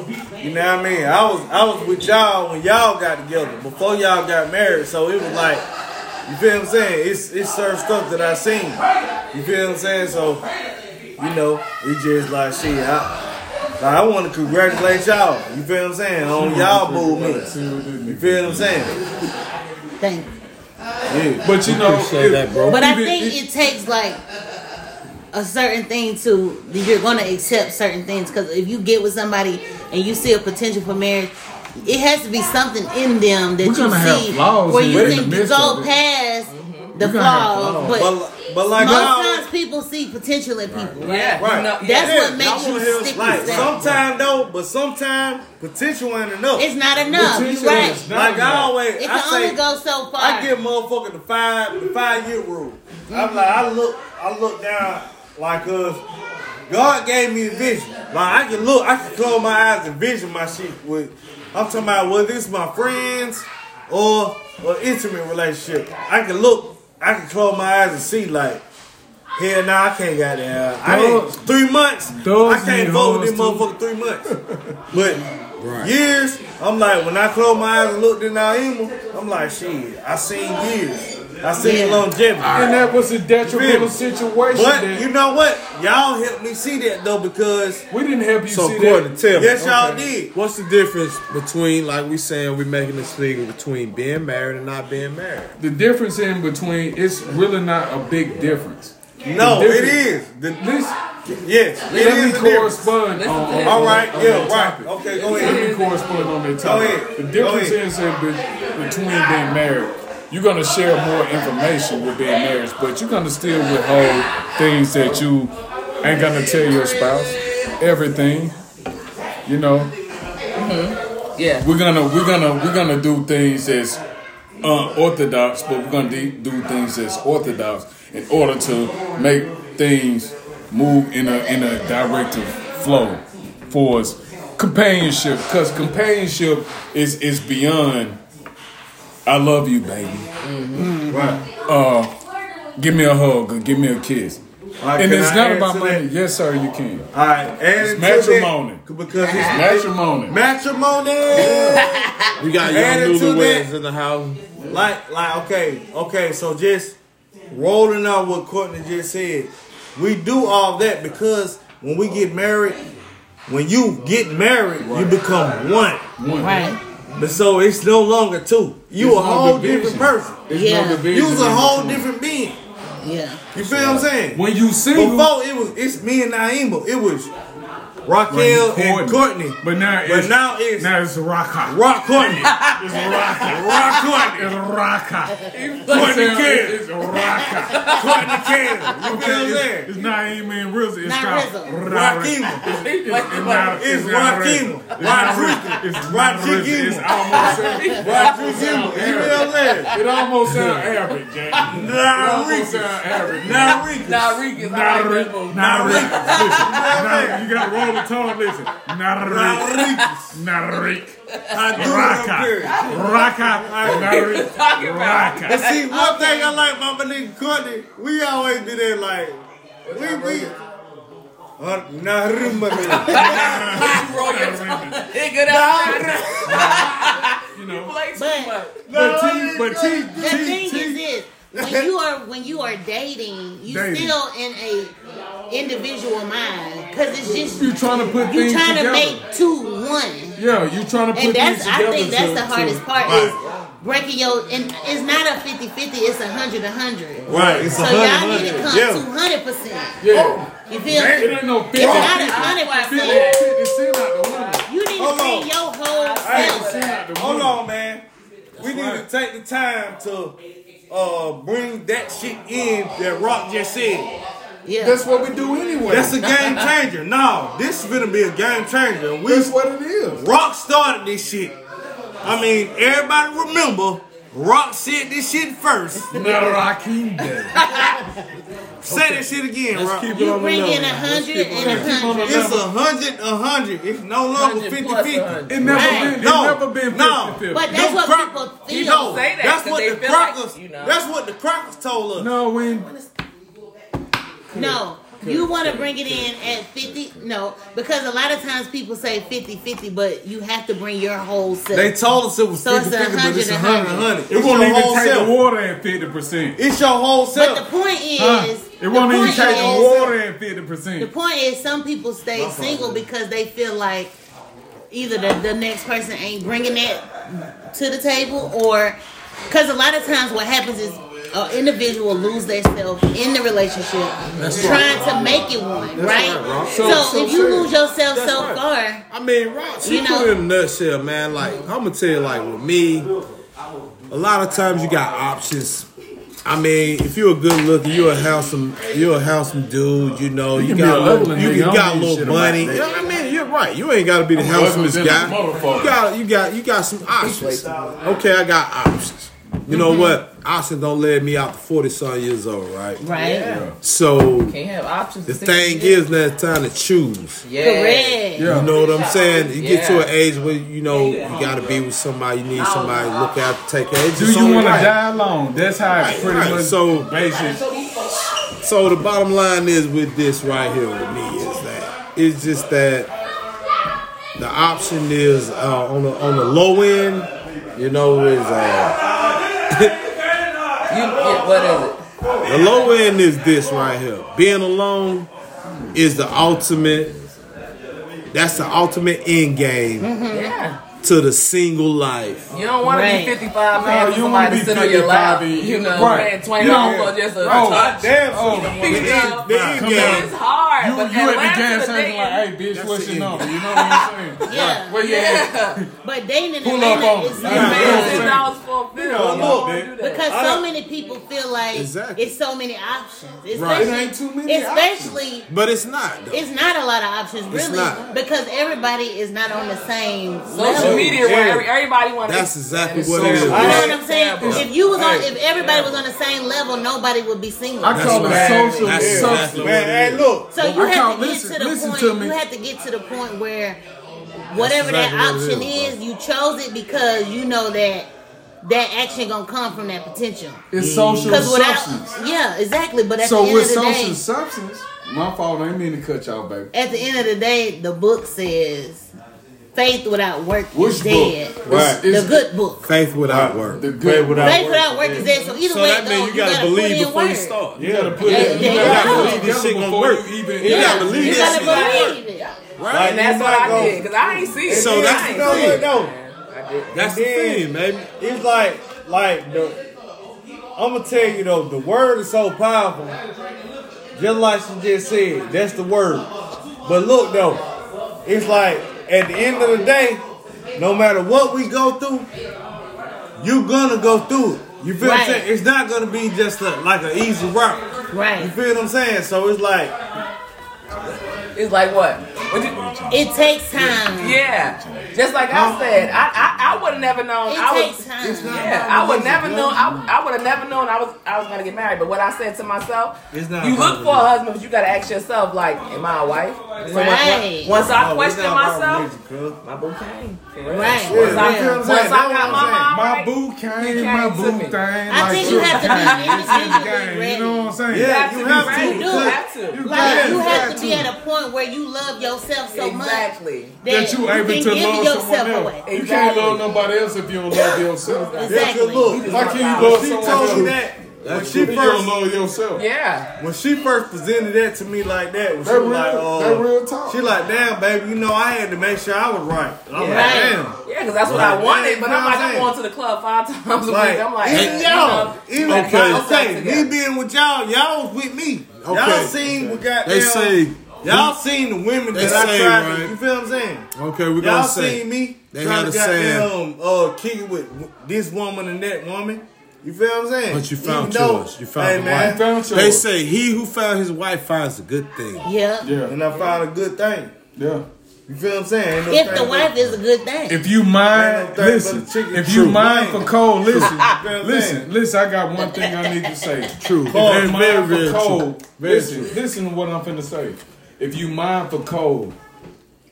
[SPEAKER 1] You know what I mean? I was I was with y'all when y'all got together, before y'all got married. So it was like, you feel what I'm saying? It's it's certain stuff that I seen. You feel what I'm saying? So, you know, it just like shit. I, like, I want to congratulate y'all. You feel what I'm saying on y'all movements. You feel what I'm saying?
[SPEAKER 3] thing.
[SPEAKER 1] Yeah.
[SPEAKER 4] But you know,
[SPEAKER 5] Appreciate that, bro.
[SPEAKER 3] But I
[SPEAKER 4] Even
[SPEAKER 3] think
[SPEAKER 4] it-
[SPEAKER 3] it takes like a certain thing to you're gonna accept certain things because if you get with somebody and you see a potential for marriage, it has to be something in them that
[SPEAKER 4] We're
[SPEAKER 3] you
[SPEAKER 4] gonna have
[SPEAKER 3] see
[SPEAKER 4] flaws
[SPEAKER 3] where
[SPEAKER 4] in
[SPEAKER 3] you
[SPEAKER 4] it in
[SPEAKER 3] think
[SPEAKER 4] the
[SPEAKER 3] you
[SPEAKER 4] midst
[SPEAKER 3] go
[SPEAKER 4] of it. Mm-hmm.
[SPEAKER 3] past the
[SPEAKER 4] gonna have
[SPEAKER 3] flaws.
[SPEAKER 4] flaws.
[SPEAKER 3] But
[SPEAKER 1] But but like
[SPEAKER 3] most
[SPEAKER 1] y'all,
[SPEAKER 3] times people see potential in people, right?
[SPEAKER 2] yeah,
[SPEAKER 1] Right.
[SPEAKER 2] You know,
[SPEAKER 1] That's
[SPEAKER 2] yeah.
[SPEAKER 3] That's what
[SPEAKER 1] y'all
[SPEAKER 3] makes you
[SPEAKER 1] wanna hear us
[SPEAKER 3] stick
[SPEAKER 1] like
[SPEAKER 3] with that.
[SPEAKER 1] sometime though, but sometime potential ain't enough.
[SPEAKER 3] It's not enough.
[SPEAKER 4] Potential
[SPEAKER 3] You're right.
[SPEAKER 4] is not-
[SPEAKER 1] like I always,
[SPEAKER 3] It
[SPEAKER 1] I
[SPEAKER 3] can
[SPEAKER 1] say,
[SPEAKER 3] only go so far.
[SPEAKER 1] I give motherfucker the five the five year rule. I'm like I look I look down like us. God gave me a vision. Like I can look, I can close my eyes and vision my shit with. I'm talking about whether it's my friends or or intimate relationship. I can look, I can close my eyes and see like. Hell nah, I can't got that. I
[SPEAKER 4] Those-
[SPEAKER 1] ain't three months.
[SPEAKER 4] those
[SPEAKER 1] I can't
[SPEAKER 4] need
[SPEAKER 1] vote with this
[SPEAKER 4] hoes, too.
[SPEAKER 1] motherfucker three months. But years, I'm like, when I close my eyes and looked in Naima, I'm like, shit, I seen years. I seen
[SPEAKER 3] Yeah.
[SPEAKER 1] longevity.
[SPEAKER 4] And that was a detrimental
[SPEAKER 1] Really?
[SPEAKER 4] situation.
[SPEAKER 1] But
[SPEAKER 4] that
[SPEAKER 1] you know what? Y'all helped me see that though because
[SPEAKER 4] we didn't help you
[SPEAKER 5] So
[SPEAKER 4] see
[SPEAKER 5] Courtney,
[SPEAKER 4] that.
[SPEAKER 5] tell me,
[SPEAKER 1] yes, y'all did.
[SPEAKER 5] what's the difference between like we saying we making this thing between being married and not being married?
[SPEAKER 4] The difference in between, it's really not a big difference.
[SPEAKER 1] No,
[SPEAKER 4] The
[SPEAKER 1] it
[SPEAKER 4] difference-
[SPEAKER 1] is. The,
[SPEAKER 4] Listen,
[SPEAKER 1] yes,
[SPEAKER 4] let
[SPEAKER 1] it is
[SPEAKER 4] me
[SPEAKER 1] a difference.
[SPEAKER 4] correspond on, on- on
[SPEAKER 1] All right,
[SPEAKER 4] that- on
[SPEAKER 1] yeah,
[SPEAKER 4] that
[SPEAKER 1] right.
[SPEAKER 4] topic.
[SPEAKER 1] Okay, go
[SPEAKER 4] Let
[SPEAKER 1] ahead.
[SPEAKER 4] me correspond on that topic.
[SPEAKER 1] ahead.
[SPEAKER 4] The
[SPEAKER 1] Go
[SPEAKER 4] difference
[SPEAKER 1] ahead.
[SPEAKER 4] is in be- between being married, you're gonna share more information with being married, but you're gonna still withhold things that you ain't gonna tell your spouse. Everything, you know,
[SPEAKER 2] Yeah.
[SPEAKER 4] we're gonna we're gonna we're gonna do things that's unorthodox, but we're gonna de- do things that's orthodox in order to make things move in a in a directive flow for us. Companionship, because companionship is is beyond. I love you, baby. Uh,
[SPEAKER 1] Right.
[SPEAKER 4] Give me a hug or give me a kiss.
[SPEAKER 1] All right,
[SPEAKER 4] and
[SPEAKER 1] can
[SPEAKER 4] it's
[SPEAKER 1] I
[SPEAKER 4] not
[SPEAKER 1] add
[SPEAKER 4] about
[SPEAKER 1] to
[SPEAKER 4] money.
[SPEAKER 1] that?
[SPEAKER 4] Yes, sir, you can.
[SPEAKER 1] All right, and
[SPEAKER 4] matrimony.
[SPEAKER 1] because it's
[SPEAKER 4] Matrimony.
[SPEAKER 1] matrimony.
[SPEAKER 5] We got
[SPEAKER 1] Add it
[SPEAKER 5] young
[SPEAKER 1] to
[SPEAKER 5] newlyweds
[SPEAKER 1] that.
[SPEAKER 5] in the house.
[SPEAKER 1] Like, like, okay, okay. So just rolling out what Courtney just said. We do all that because when we get married, when you get married, you become one.
[SPEAKER 4] One.
[SPEAKER 3] Right.
[SPEAKER 1] But so it's no longer two. You
[SPEAKER 4] It's
[SPEAKER 1] a
[SPEAKER 4] no
[SPEAKER 1] whole
[SPEAKER 4] division.
[SPEAKER 1] different person.
[SPEAKER 4] There's
[SPEAKER 3] Yeah.
[SPEAKER 4] no division
[SPEAKER 1] You was a
[SPEAKER 4] in
[SPEAKER 1] whole
[SPEAKER 4] between.
[SPEAKER 1] different being.
[SPEAKER 3] Yeah.
[SPEAKER 1] You feel what I'm saying?
[SPEAKER 4] When you single,
[SPEAKER 1] Before it was it's me and Naima. It was Raquel and Courtney.
[SPEAKER 4] But now
[SPEAKER 1] But
[SPEAKER 4] it's,
[SPEAKER 1] now it's
[SPEAKER 4] now it's Raka.
[SPEAKER 1] Rock Courtney.
[SPEAKER 4] It's Raka.
[SPEAKER 1] Rock Courtney.
[SPEAKER 4] It's Raka.
[SPEAKER 1] Courtney
[SPEAKER 4] It's-
[SPEAKER 1] Kennedy.
[SPEAKER 4] It's Raka.
[SPEAKER 1] Courtney Kennedy. You feel what I'm
[SPEAKER 4] It's,
[SPEAKER 1] saying?
[SPEAKER 4] it's not even Rizzo. It's
[SPEAKER 3] Not
[SPEAKER 4] called
[SPEAKER 3] Rizzo.
[SPEAKER 4] Ra-
[SPEAKER 1] Rakima.
[SPEAKER 4] It's not-
[SPEAKER 1] It's
[SPEAKER 4] not
[SPEAKER 1] Rakima.
[SPEAKER 4] Rizzo. It's not Rizzo.
[SPEAKER 1] Rodriguez.
[SPEAKER 4] It's not Rizzo. It's
[SPEAKER 1] Rodriguez.
[SPEAKER 4] almost sound-
[SPEAKER 1] Rock Jimmy. You feel what I'm saying?
[SPEAKER 4] it almost sound Arabic, Jay. It almost
[SPEAKER 1] Narika.
[SPEAKER 4] sound Arabic.
[SPEAKER 1] Narika.
[SPEAKER 2] Nah, Regan.
[SPEAKER 4] Not Rick. Not Rick. Listen, not- you gotta roll the tongue. Listen, not Rick.
[SPEAKER 1] Narika.
[SPEAKER 4] Not Rick.
[SPEAKER 1] I do it
[SPEAKER 4] Raka. Raka. Not Rick.
[SPEAKER 2] talking about?
[SPEAKER 4] Raka.
[SPEAKER 1] And see, one thing I like about my nigga Courtney, we always do that like, we be, uh, Narima.
[SPEAKER 2] You roll your tongue. Nigga, that's
[SPEAKER 4] You know.
[SPEAKER 2] play too
[SPEAKER 3] But-
[SPEAKER 2] much.
[SPEAKER 4] But T, but T,
[SPEAKER 3] The
[SPEAKER 4] T,
[SPEAKER 3] thing is
[SPEAKER 4] T.
[SPEAKER 3] this: when you are when you are dating, you
[SPEAKER 4] Dating.
[SPEAKER 3] still in a individual mind because it's just
[SPEAKER 4] You trying to put
[SPEAKER 3] you
[SPEAKER 4] things
[SPEAKER 3] trying
[SPEAKER 4] together.
[SPEAKER 3] to make two one.
[SPEAKER 4] yeah, you trying to put
[SPEAKER 3] and that's
[SPEAKER 4] things
[SPEAKER 3] I
[SPEAKER 4] together.
[SPEAKER 3] think that's
[SPEAKER 4] to-
[SPEAKER 3] the hardest
[SPEAKER 4] to-
[SPEAKER 3] part is breaking your and it's not a 50 50 it's a 100 100
[SPEAKER 1] Right, it's
[SPEAKER 3] so y'all need to come
[SPEAKER 1] Yeah.
[SPEAKER 3] to 100 percent
[SPEAKER 4] Yeah,
[SPEAKER 3] you feel
[SPEAKER 4] it
[SPEAKER 3] me
[SPEAKER 4] ain't no
[SPEAKER 3] it's
[SPEAKER 4] fifty.
[SPEAKER 3] not a
[SPEAKER 4] Fifty,
[SPEAKER 3] 100 percent
[SPEAKER 4] fifty, send out the window.
[SPEAKER 3] you need
[SPEAKER 1] Hold
[SPEAKER 3] to
[SPEAKER 1] on.
[SPEAKER 3] see your whole self
[SPEAKER 4] Send out the
[SPEAKER 1] Hold
[SPEAKER 4] window.
[SPEAKER 1] on, man. We need to take the time to uh, bring that shit in that Rock just said.
[SPEAKER 3] yeah
[SPEAKER 4] That's what we do anyway.
[SPEAKER 1] That's a game changer. No, this is gonna be a game changer. We
[SPEAKER 4] That's what it is.
[SPEAKER 1] Rock started this shit. I mean, everybody remember Rock said this shit first.
[SPEAKER 4] Not Rakim Day.
[SPEAKER 1] Say that shit again, Rock.
[SPEAKER 4] Keep it
[SPEAKER 3] you
[SPEAKER 4] on the
[SPEAKER 3] bring
[SPEAKER 4] low.
[SPEAKER 3] in 100 and
[SPEAKER 4] Let's keep on the
[SPEAKER 3] 100
[SPEAKER 1] It's
[SPEAKER 4] level.
[SPEAKER 1] a hundred, a hundred. It's no longer
[SPEAKER 2] 100
[SPEAKER 1] 50
[SPEAKER 2] plus
[SPEAKER 1] 50.
[SPEAKER 2] 100.
[SPEAKER 4] It never
[SPEAKER 3] Right.
[SPEAKER 4] been. It
[SPEAKER 1] No,
[SPEAKER 4] never been
[SPEAKER 1] no.
[SPEAKER 4] 50-50.
[SPEAKER 3] but that's what
[SPEAKER 1] Croc-
[SPEAKER 3] people
[SPEAKER 1] You
[SPEAKER 3] feel
[SPEAKER 1] know,
[SPEAKER 2] Say that,
[SPEAKER 1] that's
[SPEAKER 2] 'cause
[SPEAKER 1] what
[SPEAKER 2] they
[SPEAKER 1] the
[SPEAKER 2] feel like,
[SPEAKER 1] Crockers,
[SPEAKER 2] you know.
[SPEAKER 1] that's what the Crockers told us.
[SPEAKER 4] No, when
[SPEAKER 3] No, you want to bring it in at 50. No, because a lot of times people say 50 50, but you have to bring your whole self.
[SPEAKER 1] They told us it was
[SPEAKER 3] So it's
[SPEAKER 1] 50
[SPEAKER 3] a
[SPEAKER 1] 50, but it's
[SPEAKER 3] 100,
[SPEAKER 1] 100
[SPEAKER 3] 100.
[SPEAKER 1] 100. It's
[SPEAKER 4] it won't
[SPEAKER 1] your
[SPEAKER 4] even
[SPEAKER 1] whole
[SPEAKER 4] take
[SPEAKER 1] self.
[SPEAKER 4] the water at fifty percent.
[SPEAKER 1] It's your whole
[SPEAKER 3] but the
[SPEAKER 1] self.
[SPEAKER 3] point is,
[SPEAKER 4] It won't
[SPEAKER 3] the
[SPEAKER 4] even
[SPEAKER 3] point
[SPEAKER 4] take
[SPEAKER 3] is-
[SPEAKER 4] the water at fifty
[SPEAKER 3] The
[SPEAKER 4] percent.
[SPEAKER 3] point is, some people stay single because they feel like either the, the next person ain't bringing that to the table, or because a lot of times what happens is an individual lose themselves in the relationship, trying to make it one, right? so,
[SPEAKER 5] So-
[SPEAKER 3] if
[SPEAKER 5] so
[SPEAKER 3] you lose yourself
[SPEAKER 5] That's
[SPEAKER 3] so
[SPEAKER 5] right.
[SPEAKER 3] far,
[SPEAKER 5] I mean, Rock, she
[SPEAKER 3] You
[SPEAKER 5] put
[SPEAKER 3] know-
[SPEAKER 5] it in a nutshell, man. Like, I'm gonna tell you, like, with me, a lot of times you got options. I mean, if you're a good looking, you're a handsome, you're a handsome dude. You know, you,
[SPEAKER 4] can be
[SPEAKER 5] got
[SPEAKER 4] a
[SPEAKER 5] a little,
[SPEAKER 4] ugly
[SPEAKER 5] you
[SPEAKER 4] nigga, I
[SPEAKER 5] can-
[SPEAKER 4] don't
[SPEAKER 5] got a
[SPEAKER 4] give a
[SPEAKER 5] little
[SPEAKER 4] shit about
[SPEAKER 5] money.
[SPEAKER 4] that.
[SPEAKER 5] Yeah, I mean, you're right. You ain't got to be the
[SPEAKER 4] ugly
[SPEAKER 5] handsomest
[SPEAKER 4] than a
[SPEAKER 5] guy.
[SPEAKER 4] motherfucker.
[SPEAKER 5] You got, you got, you got some options. Okay, I got options. You
[SPEAKER 3] Mm-hmm.
[SPEAKER 5] know what? Options don't let me out to forty some years old, right?
[SPEAKER 3] right?
[SPEAKER 5] So
[SPEAKER 2] Can't have options.
[SPEAKER 5] the thing is, now it's time to choose.
[SPEAKER 2] yeah.
[SPEAKER 3] Correct.
[SPEAKER 5] You know what I'm saying? You get to
[SPEAKER 2] Yeah.
[SPEAKER 5] an age where you know you gotta be with somebody. You need somebody to look out, take care. It's
[SPEAKER 4] Do
[SPEAKER 5] just
[SPEAKER 4] you
[SPEAKER 5] only
[SPEAKER 4] want to
[SPEAKER 5] right.
[SPEAKER 4] die alone? That's how
[SPEAKER 5] Right,
[SPEAKER 4] it pretty
[SPEAKER 5] right.
[SPEAKER 4] much
[SPEAKER 5] So-
[SPEAKER 4] basic.
[SPEAKER 5] So the bottom line is with this right here with me is that it's just that the option is uh, on the on the low end. You know is uh,
[SPEAKER 2] You, yeah, what is it?
[SPEAKER 5] The low end is this right here. Being alone is the ultimate. That's the ultimate end game
[SPEAKER 2] Mm-hmm. Yeah.
[SPEAKER 5] to the single life.
[SPEAKER 2] You don't want
[SPEAKER 3] Right.
[SPEAKER 2] to be 55
[SPEAKER 4] No,
[SPEAKER 2] paying for
[SPEAKER 4] you wanna
[SPEAKER 2] somebody
[SPEAKER 4] be
[SPEAKER 2] to sit on your lap.
[SPEAKER 4] 55 and-
[SPEAKER 2] You know,
[SPEAKER 4] Right.
[SPEAKER 2] paying 20
[SPEAKER 4] You
[SPEAKER 2] dollars
[SPEAKER 4] don't-
[SPEAKER 2] for just a
[SPEAKER 4] Oh,
[SPEAKER 2] touch.
[SPEAKER 1] Damn, oh,
[SPEAKER 2] You know,
[SPEAKER 5] The end
[SPEAKER 4] Come
[SPEAKER 5] game.
[SPEAKER 2] it's hard.
[SPEAKER 4] You,
[SPEAKER 2] but
[SPEAKER 4] you at the
[SPEAKER 2] Atlanta
[SPEAKER 4] gas
[SPEAKER 2] thing-
[SPEAKER 4] station like, hey, bitch, what's
[SPEAKER 5] the
[SPEAKER 4] your
[SPEAKER 5] end
[SPEAKER 4] number? You know what I'm saying?
[SPEAKER 3] Yeah.
[SPEAKER 4] Where you at?
[SPEAKER 2] Yeah.
[SPEAKER 3] But dating in
[SPEAKER 4] Pull up
[SPEAKER 3] Atlanta
[SPEAKER 4] on
[SPEAKER 3] is
[SPEAKER 4] me.
[SPEAKER 2] You
[SPEAKER 3] different.
[SPEAKER 2] paying $10 for a bill. You
[SPEAKER 1] look,
[SPEAKER 2] don't do that.
[SPEAKER 3] Because
[SPEAKER 1] I
[SPEAKER 3] so
[SPEAKER 1] don't-
[SPEAKER 3] many people feel like
[SPEAKER 5] Exactly.
[SPEAKER 3] it's so many options. Especially,
[SPEAKER 5] Right. It
[SPEAKER 4] ain't too many
[SPEAKER 3] Especially,
[SPEAKER 5] But it's not. Though.
[SPEAKER 3] it's not a lot of options
[SPEAKER 5] It's
[SPEAKER 3] really
[SPEAKER 5] not.
[SPEAKER 3] because everybody is not on the same
[SPEAKER 2] Social
[SPEAKER 3] level.
[SPEAKER 2] media where every- everybody wants
[SPEAKER 5] That's exactly what it
[SPEAKER 4] so
[SPEAKER 5] is.
[SPEAKER 3] You know
[SPEAKER 1] I-
[SPEAKER 3] what I'm saying?
[SPEAKER 2] Terrible.
[SPEAKER 3] If you was on, if everybody was on the same level, nobody would be single.
[SPEAKER 4] I call it
[SPEAKER 5] right.
[SPEAKER 4] social
[SPEAKER 5] That's
[SPEAKER 4] substance.
[SPEAKER 5] exactly what
[SPEAKER 1] man,
[SPEAKER 5] it
[SPEAKER 1] hey,
[SPEAKER 5] is.
[SPEAKER 1] look.
[SPEAKER 3] So you
[SPEAKER 4] I
[SPEAKER 3] have
[SPEAKER 4] can't-
[SPEAKER 3] to get
[SPEAKER 4] listen-
[SPEAKER 3] to the
[SPEAKER 4] listen
[SPEAKER 3] point.
[SPEAKER 4] to me.
[SPEAKER 3] You have to get to the point where whatever that
[SPEAKER 5] exactly
[SPEAKER 3] option
[SPEAKER 5] what it is,
[SPEAKER 3] is, you chose it because you know that that action gonna come from that potential.
[SPEAKER 4] It's social
[SPEAKER 3] Because
[SPEAKER 4] substance.
[SPEAKER 3] without, yeah, exactly. But at the
[SPEAKER 4] So
[SPEAKER 3] end
[SPEAKER 4] with
[SPEAKER 3] of the
[SPEAKER 4] social
[SPEAKER 3] day,
[SPEAKER 4] substance, my fault. I ain't mean to cut y'all, baby.
[SPEAKER 3] at the end of the day, the book says faith without work
[SPEAKER 4] Which
[SPEAKER 3] is
[SPEAKER 4] book?
[SPEAKER 3] dead.
[SPEAKER 5] Right.
[SPEAKER 4] It's-
[SPEAKER 3] the good book.
[SPEAKER 5] Faith without work.
[SPEAKER 4] The good.
[SPEAKER 1] without-
[SPEAKER 3] Faith without work is dead. So either
[SPEAKER 5] So
[SPEAKER 3] way,
[SPEAKER 5] that
[SPEAKER 3] it
[SPEAKER 5] means
[SPEAKER 3] goes,
[SPEAKER 5] you gotta
[SPEAKER 3] put
[SPEAKER 5] believe
[SPEAKER 3] in
[SPEAKER 5] before you
[SPEAKER 3] work.
[SPEAKER 5] start. You
[SPEAKER 1] Yeah,
[SPEAKER 4] gotta put
[SPEAKER 3] Yeah,
[SPEAKER 4] it. You
[SPEAKER 3] yeah,
[SPEAKER 4] gotta
[SPEAKER 3] yeah.
[SPEAKER 4] believe this shit gonna work. Even
[SPEAKER 5] You gotta
[SPEAKER 3] You
[SPEAKER 5] believe
[SPEAKER 3] gotta
[SPEAKER 5] that shit.
[SPEAKER 3] believe it.
[SPEAKER 5] Right?
[SPEAKER 2] And that's
[SPEAKER 1] You
[SPEAKER 2] what
[SPEAKER 1] might
[SPEAKER 2] I
[SPEAKER 1] go-
[SPEAKER 2] did, because I ain't see it.
[SPEAKER 5] So
[SPEAKER 2] I
[SPEAKER 5] that's
[SPEAKER 2] ain't
[SPEAKER 5] the
[SPEAKER 2] see
[SPEAKER 5] thing.
[SPEAKER 2] it.
[SPEAKER 1] No,
[SPEAKER 2] I did.
[SPEAKER 5] That's the thing, baby.
[SPEAKER 1] It's like, like the. I'm gonna tell you though, the word is so powerful. Just like she just said, that's the word. But look though, it's like at the end of the day, no matter what we go through, you gonna go through it. You feel what I'm
[SPEAKER 3] Right.
[SPEAKER 1] saying? It's not gonna be just a, like an easy route. You
[SPEAKER 3] Right.
[SPEAKER 1] feel what I'm saying? So it's like,
[SPEAKER 2] It's like what? What you-
[SPEAKER 3] It takes time.
[SPEAKER 2] Yeah, just like I said, I I, I would have never known.
[SPEAKER 3] It
[SPEAKER 2] I
[SPEAKER 3] takes
[SPEAKER 2] was,
[SPEAKER 3] time.
[SPEAKER 2] Yeah, I would never know. I, I would have never known I was I was gonna get married. But what I said to myself,
[SPEAKER 1] It's not
[SPEAKER 2] you look
[SPEAKER 1] about
[SPEAKER 2] for a husband, but you gotta ask yourself, like, am I a wife? So once-
[SPEAKER 3] Right.
[SPEAKER 2] Once,
[SPEAKER 1] oh,
[SPEAKER 2] I
[SPEAKER 1] it's
[SPEAKER 2] question
[SPEAKER 1] not about
[SPEAKER 2] myself,
[SPEAKER 1] religion, cuz.
[SPEAKER 2] my boo came.
[SPEAKER 3] Right.
[SPEAKER 2] Once I,
[SPEAKER 1] Yeah.
[SPEAKER 2] once I got my mind
[SPEAKER 4] My
[SPEAKER 2] right,
[SPEAKER 4] boo
[SPEAKER 2] He
[SPEAKER 4] came, my
[SPEAKER 2] came to
[SPEAKER 4] boo
[SPEAKER 2] me.
[SPEAKER 4] thing.
[SPEAKER 3] I think you have to be
[SPEAKER 4] Game,
[SPEAKER 3] individually
[SPEAKER 4] you know
[SPEAKER 3] ready.
[SPEAKER 4] what I'm saying?
[SPEAKER 1] Yeah.
[SPEAKER 2] you have
[SPEAKER 1] you
[SPEAKER 2] to be
[SPEAKER 1] have to,
[SPEAKER 2] ready. You
[SPEAKER 3] because-
[SPEAKER 2] have to.
[SPEAKER 3] Like you
[SPEAKER 4] Yeah,
[SPEAKER 3] have
[SPEAKER 4] yeah,
[SPEAKER 3] to be
[SPEAKER 4] too.
[SPEAKER 3] at a point where you love yourself so much
[SPEAKER 2] Exactly.
[SPEAKER 4] That you able
[SPEAKER 3] can
[SPEAKER 4] to
[SPEAKER 3] give
[SPEAKER 4] love
[SPEAKER 3] yourself
[SPEAKER 4] someone
[SPEAKER 3] away.
[SPEAKER 4] else. You can't
[SPEAKER 2] Exactly.
[SPEAKER 4] love nobody else if you don't love yourself.
[SPEAKER 3] Exactly.
[SPEAKER 1] Yeah, good look.
[SPEAKER 4] How can you
[SPEAKER 1] When
[SPEAKER 4] love
[SPEAKER 1] she
[SPEAKER 4] someone
[SPEAKER 1] told me
[SPEAKER 4] else
[SPEAKER 1] that, when
[SPEAKER 4] if
[SPEAKER 1] she
[SPEAKER 4] you don't
[SPEAKER 1] first
[SPEAKER 4] love yourself?
[SPEAKER 2] Yeah.
[SPEAKER 1] when she first presented that to me like that, when she
[SPEAKER 4] That
[SPEAKER 1] was
[SPEAKER 4] real-
[SPEAKER 1] like, oh,
[SPEAKER 4] that real talk.
[SPEAKER 1] She like, damn, baby, you know, I had to make sure I was right. And I'm
[SPEAKER 2] Yeah.
[SPEAKER 1] like,
[SPEAKER 2] Yeah, because that's what
[SPEAKER 1] Right.
[SPEAKER 2] I wanted, but
[SPEAKER 1] You know
[SPEAKER 2] I'm
[SPEAKER 1] what I'm
[SPEAKER 2] like, I'm
[SPEAKER 1] saying?
[SPEAKER 2] going to the club five times a week.
[SPEAKER 1] damn.
[SPEAKER 2] I'm like,
[SPEAKER 1] Like,
[SPEAKER 2] uh,
[SPEAKER 1] even
[SPEAKER 2] you
[SPEAKER 1] y'all,
[SPEAKER 2] know,
[SPEAKER 1] even
[SPEAKER 2] like,
[SPEAKER 5] Okay.
[SPEAKER 2] myself
[SPEAKER 1] okay,
[SPEAKER 2] together.
[SPEAKER 1] me being with y'all, y'all was with me.
[SPEAKER 5] Okay.
[SPEAKER 1] Y'all seen what goddamn.
[SPEAKER 5] They say-
[SPEAKER 1] y'all seen the women
[SPEAKER 5] They
[SPEAKER 1] that I
[SPEAKER 5] say,
[SPEAKER 1] tried. to-
[SPEAKER 5] right?
[SPEAKER 1] You feel what I'm saying?
[SPEAKER 5] Okay, we're
[SPEAKER 1] Y'all
[SPEAKER 5] gonna say.
[SPEAKER 1] seen me
[SPEAKER 5] They
[SPEAKER 1] trying
[SPEAKER 5] had
[SPEAKER 1] to
[SPEAKER 5] a saying.
[SPEAKER 1] goddamn uh, kick it with w- this woman and that woman. You feel what I'm saying?
[SPEAKER 5] But you found
[SPEAKER 1] Even though-
[SPEAKER 5] yours. You found
[SPEAKER 1] hey,
[SPEAKER 5] the
[SPEAKER 1] man,
[SPEAKER 5] wife.
[SPEAKER 4] Found
[SPEAKER 5] They
[SPEAKER 4] yours.
[SPEAKER 5] say he who found his wife finds a good thing.
[SPEAKER 3] Yeah.
[SPEAKER 4] Yeah,
[SPEAKER 1] And I found a good thing.
[SPEAKER 4] yeah.
[SPEAKER 1] You feel what I'm saying? Ain't no
[SPEAKER 3] If the
[SPEAKER 1] thing-
[SPEAKER 3] wife is a good thing.
[SPEAKER 4] If you
[SPEAKER 1] Man, no
[SPEAKER 4] mind,
[SPEAKER 1] thing
[SPEAKER 4] listen.
[SPEAKER 1] but chicken.
[SPEAKER 4] If you
[SPEAKER 1] True.
[SPEAKER 4] mind for cold, listen,
[SPEAKER 1] Real
[SPEAKER 4] listen, listen. I got one thing I need to say.
[SPEAKER 5] True.
[SPEAKER 4] If you
[SPEAKER 5] Very, very,
[SPEAKER 4] mind
[SPEAKER 5] very
[SPEAKER 4] for
[SPEAKER 5] true.
[SPEAKER 4] cold,
[SPEAKER 5] Very
[SPEAKER 4] listen.
[SPEAKER 5] true.
[SPEAKER 4] Listen to what I'm finna say. If you mind for cold,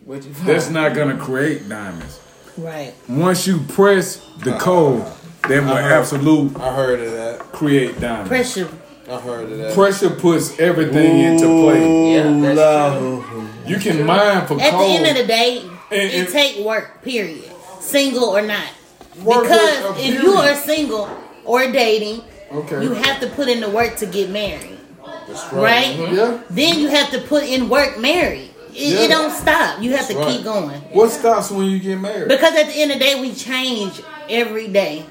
[SPEAKER 2] What you
[SPEAKER 4] that's not gonna create diamonds.
[SPEAKER 3] Right.
[SPEAKER 4] Once you press the cold, that will absolute
[SPEAKER 5] I heard of that.
[SPEAKER 4] create diamonds.
[SPEAKER 3] Pressure.
[SPEAKER 5] I heard of that.
[SPEAKER 4] Pressure puts everything into play.
[SPEAKER 2] Yeah, that's
[SPEAKER 4] You can mind for
[SPEAKER 3] At the
[SPEAKER 4] cold.
[SPEAKER 3] end of the day, it
[SPEAKER 4] and-
[SPEAKER 3] take work, period. Single or not.
[SPEAKER 4] Work
[SPEAKER 3] Because
[SPEAKER 4] with a
[SPEAKER 3] if you
[SPEAKER 4] period.
[SPEAKER 3] are single or dating,
[SPEAKER 4] Okay.
[SPEAKER 3] you have to put in the work to get married. That's
[SPEAKER 5] right.
[SPEAKER 3] right.
[SPEAKER 4] Yeah.
[SPEAKER 3] Then you have to put in work married. It,
[SPEAKER 4] Yeah.
[SPEAKER 3] it don't stop. You have to
[SPEAKER 4] right.
[SPEAKER 3] keep going.
[SPEAKER 4] What stops when you get married?
[SPEAKER 3] Because at the end of the day, we change every day.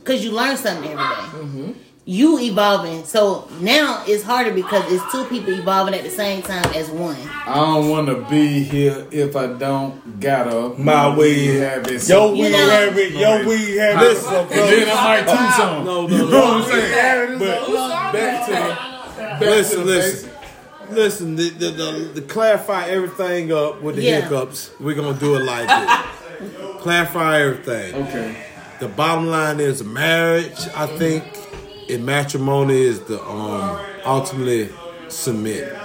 [SPEAKER 3] Because you learn something every
[SPEAKER 4] Mm-hmm.
[SPEAKER 3] day. You evolving. So now it's harder because it's two people evolving at the same time as one.
[SPEAKER 4] I don't want to be here if I don't gotta.
[SPEAKER 1] My way.
[SPEAKER 4] have it.
[SPEAKER 1] Yo,
[SPEAKER 4] So,
[SPEAKER 1] we
[SPEAKER 3] You know-
[SPEAKER 1] have it. Yo, we have it. So,
[SPEAKER 4] and then I might do something.
[SPEAKER 5] No,
[SPEAKER 4] you
[SPEAKER 5] no,
[SPEAKER 4] know what I'm
[SPEAKER 5] no.
[SPEAKER 4] saying?
[SPEAKER 1] bro,
[SPEAKER 4] But back to the back to
[SPEAKER 5] Listen,
[SPEAKER 4] the
[SPEAKER 5] listen.
[SPEAKER 4] basics.
[SPEAKER 5] Listen, the, the, the, the clarify everything up with the
[SPEAKER 3] Yeah.
[SPEAKER 5] hiccups. We're gonna do it like this. clarify everything.
[SPEAKER 4] Okay.
[SPEAKER 5] The bottom line is marriage. I think, and matrimony is the um ultimately submit.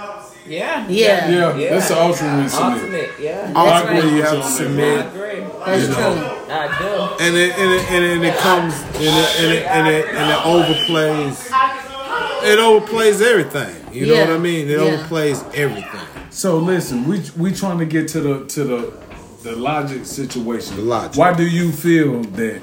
[SPEAKER 2] Yeah.
[SPEAKER 3] Yeah.
[SPEAKER 4] Yeah, that's the ultimate submit.
[SPEAKER 2] Ultimate, yeah.
[SPEAKER 5] Ultimately,
[SPEAKER 3] right.
[SPEAKER 5] you have to
[SPEAKER 2] I
[SPEAKER 5] submit,
[SPEAKER 2] agree.
[SPEAKER 3] That's true.
[SPEAKER 2] I
[SPEAKER 5] and it and it, and it, and it comes and it, and it, and it, and it overplays. It overplays everything. You know
[SPEAKER 3] Yeah.
[SPEAKER 5] what I mean? It
[SPEAKER 3] Yeah.
[SPEAKER 5] overplays everything.
[SPEAKER 4] So listen, we we trying to get to the to the the logic situation.
[SPEAKER 5] The logic.
[SPEAKER 4] Why do you feel that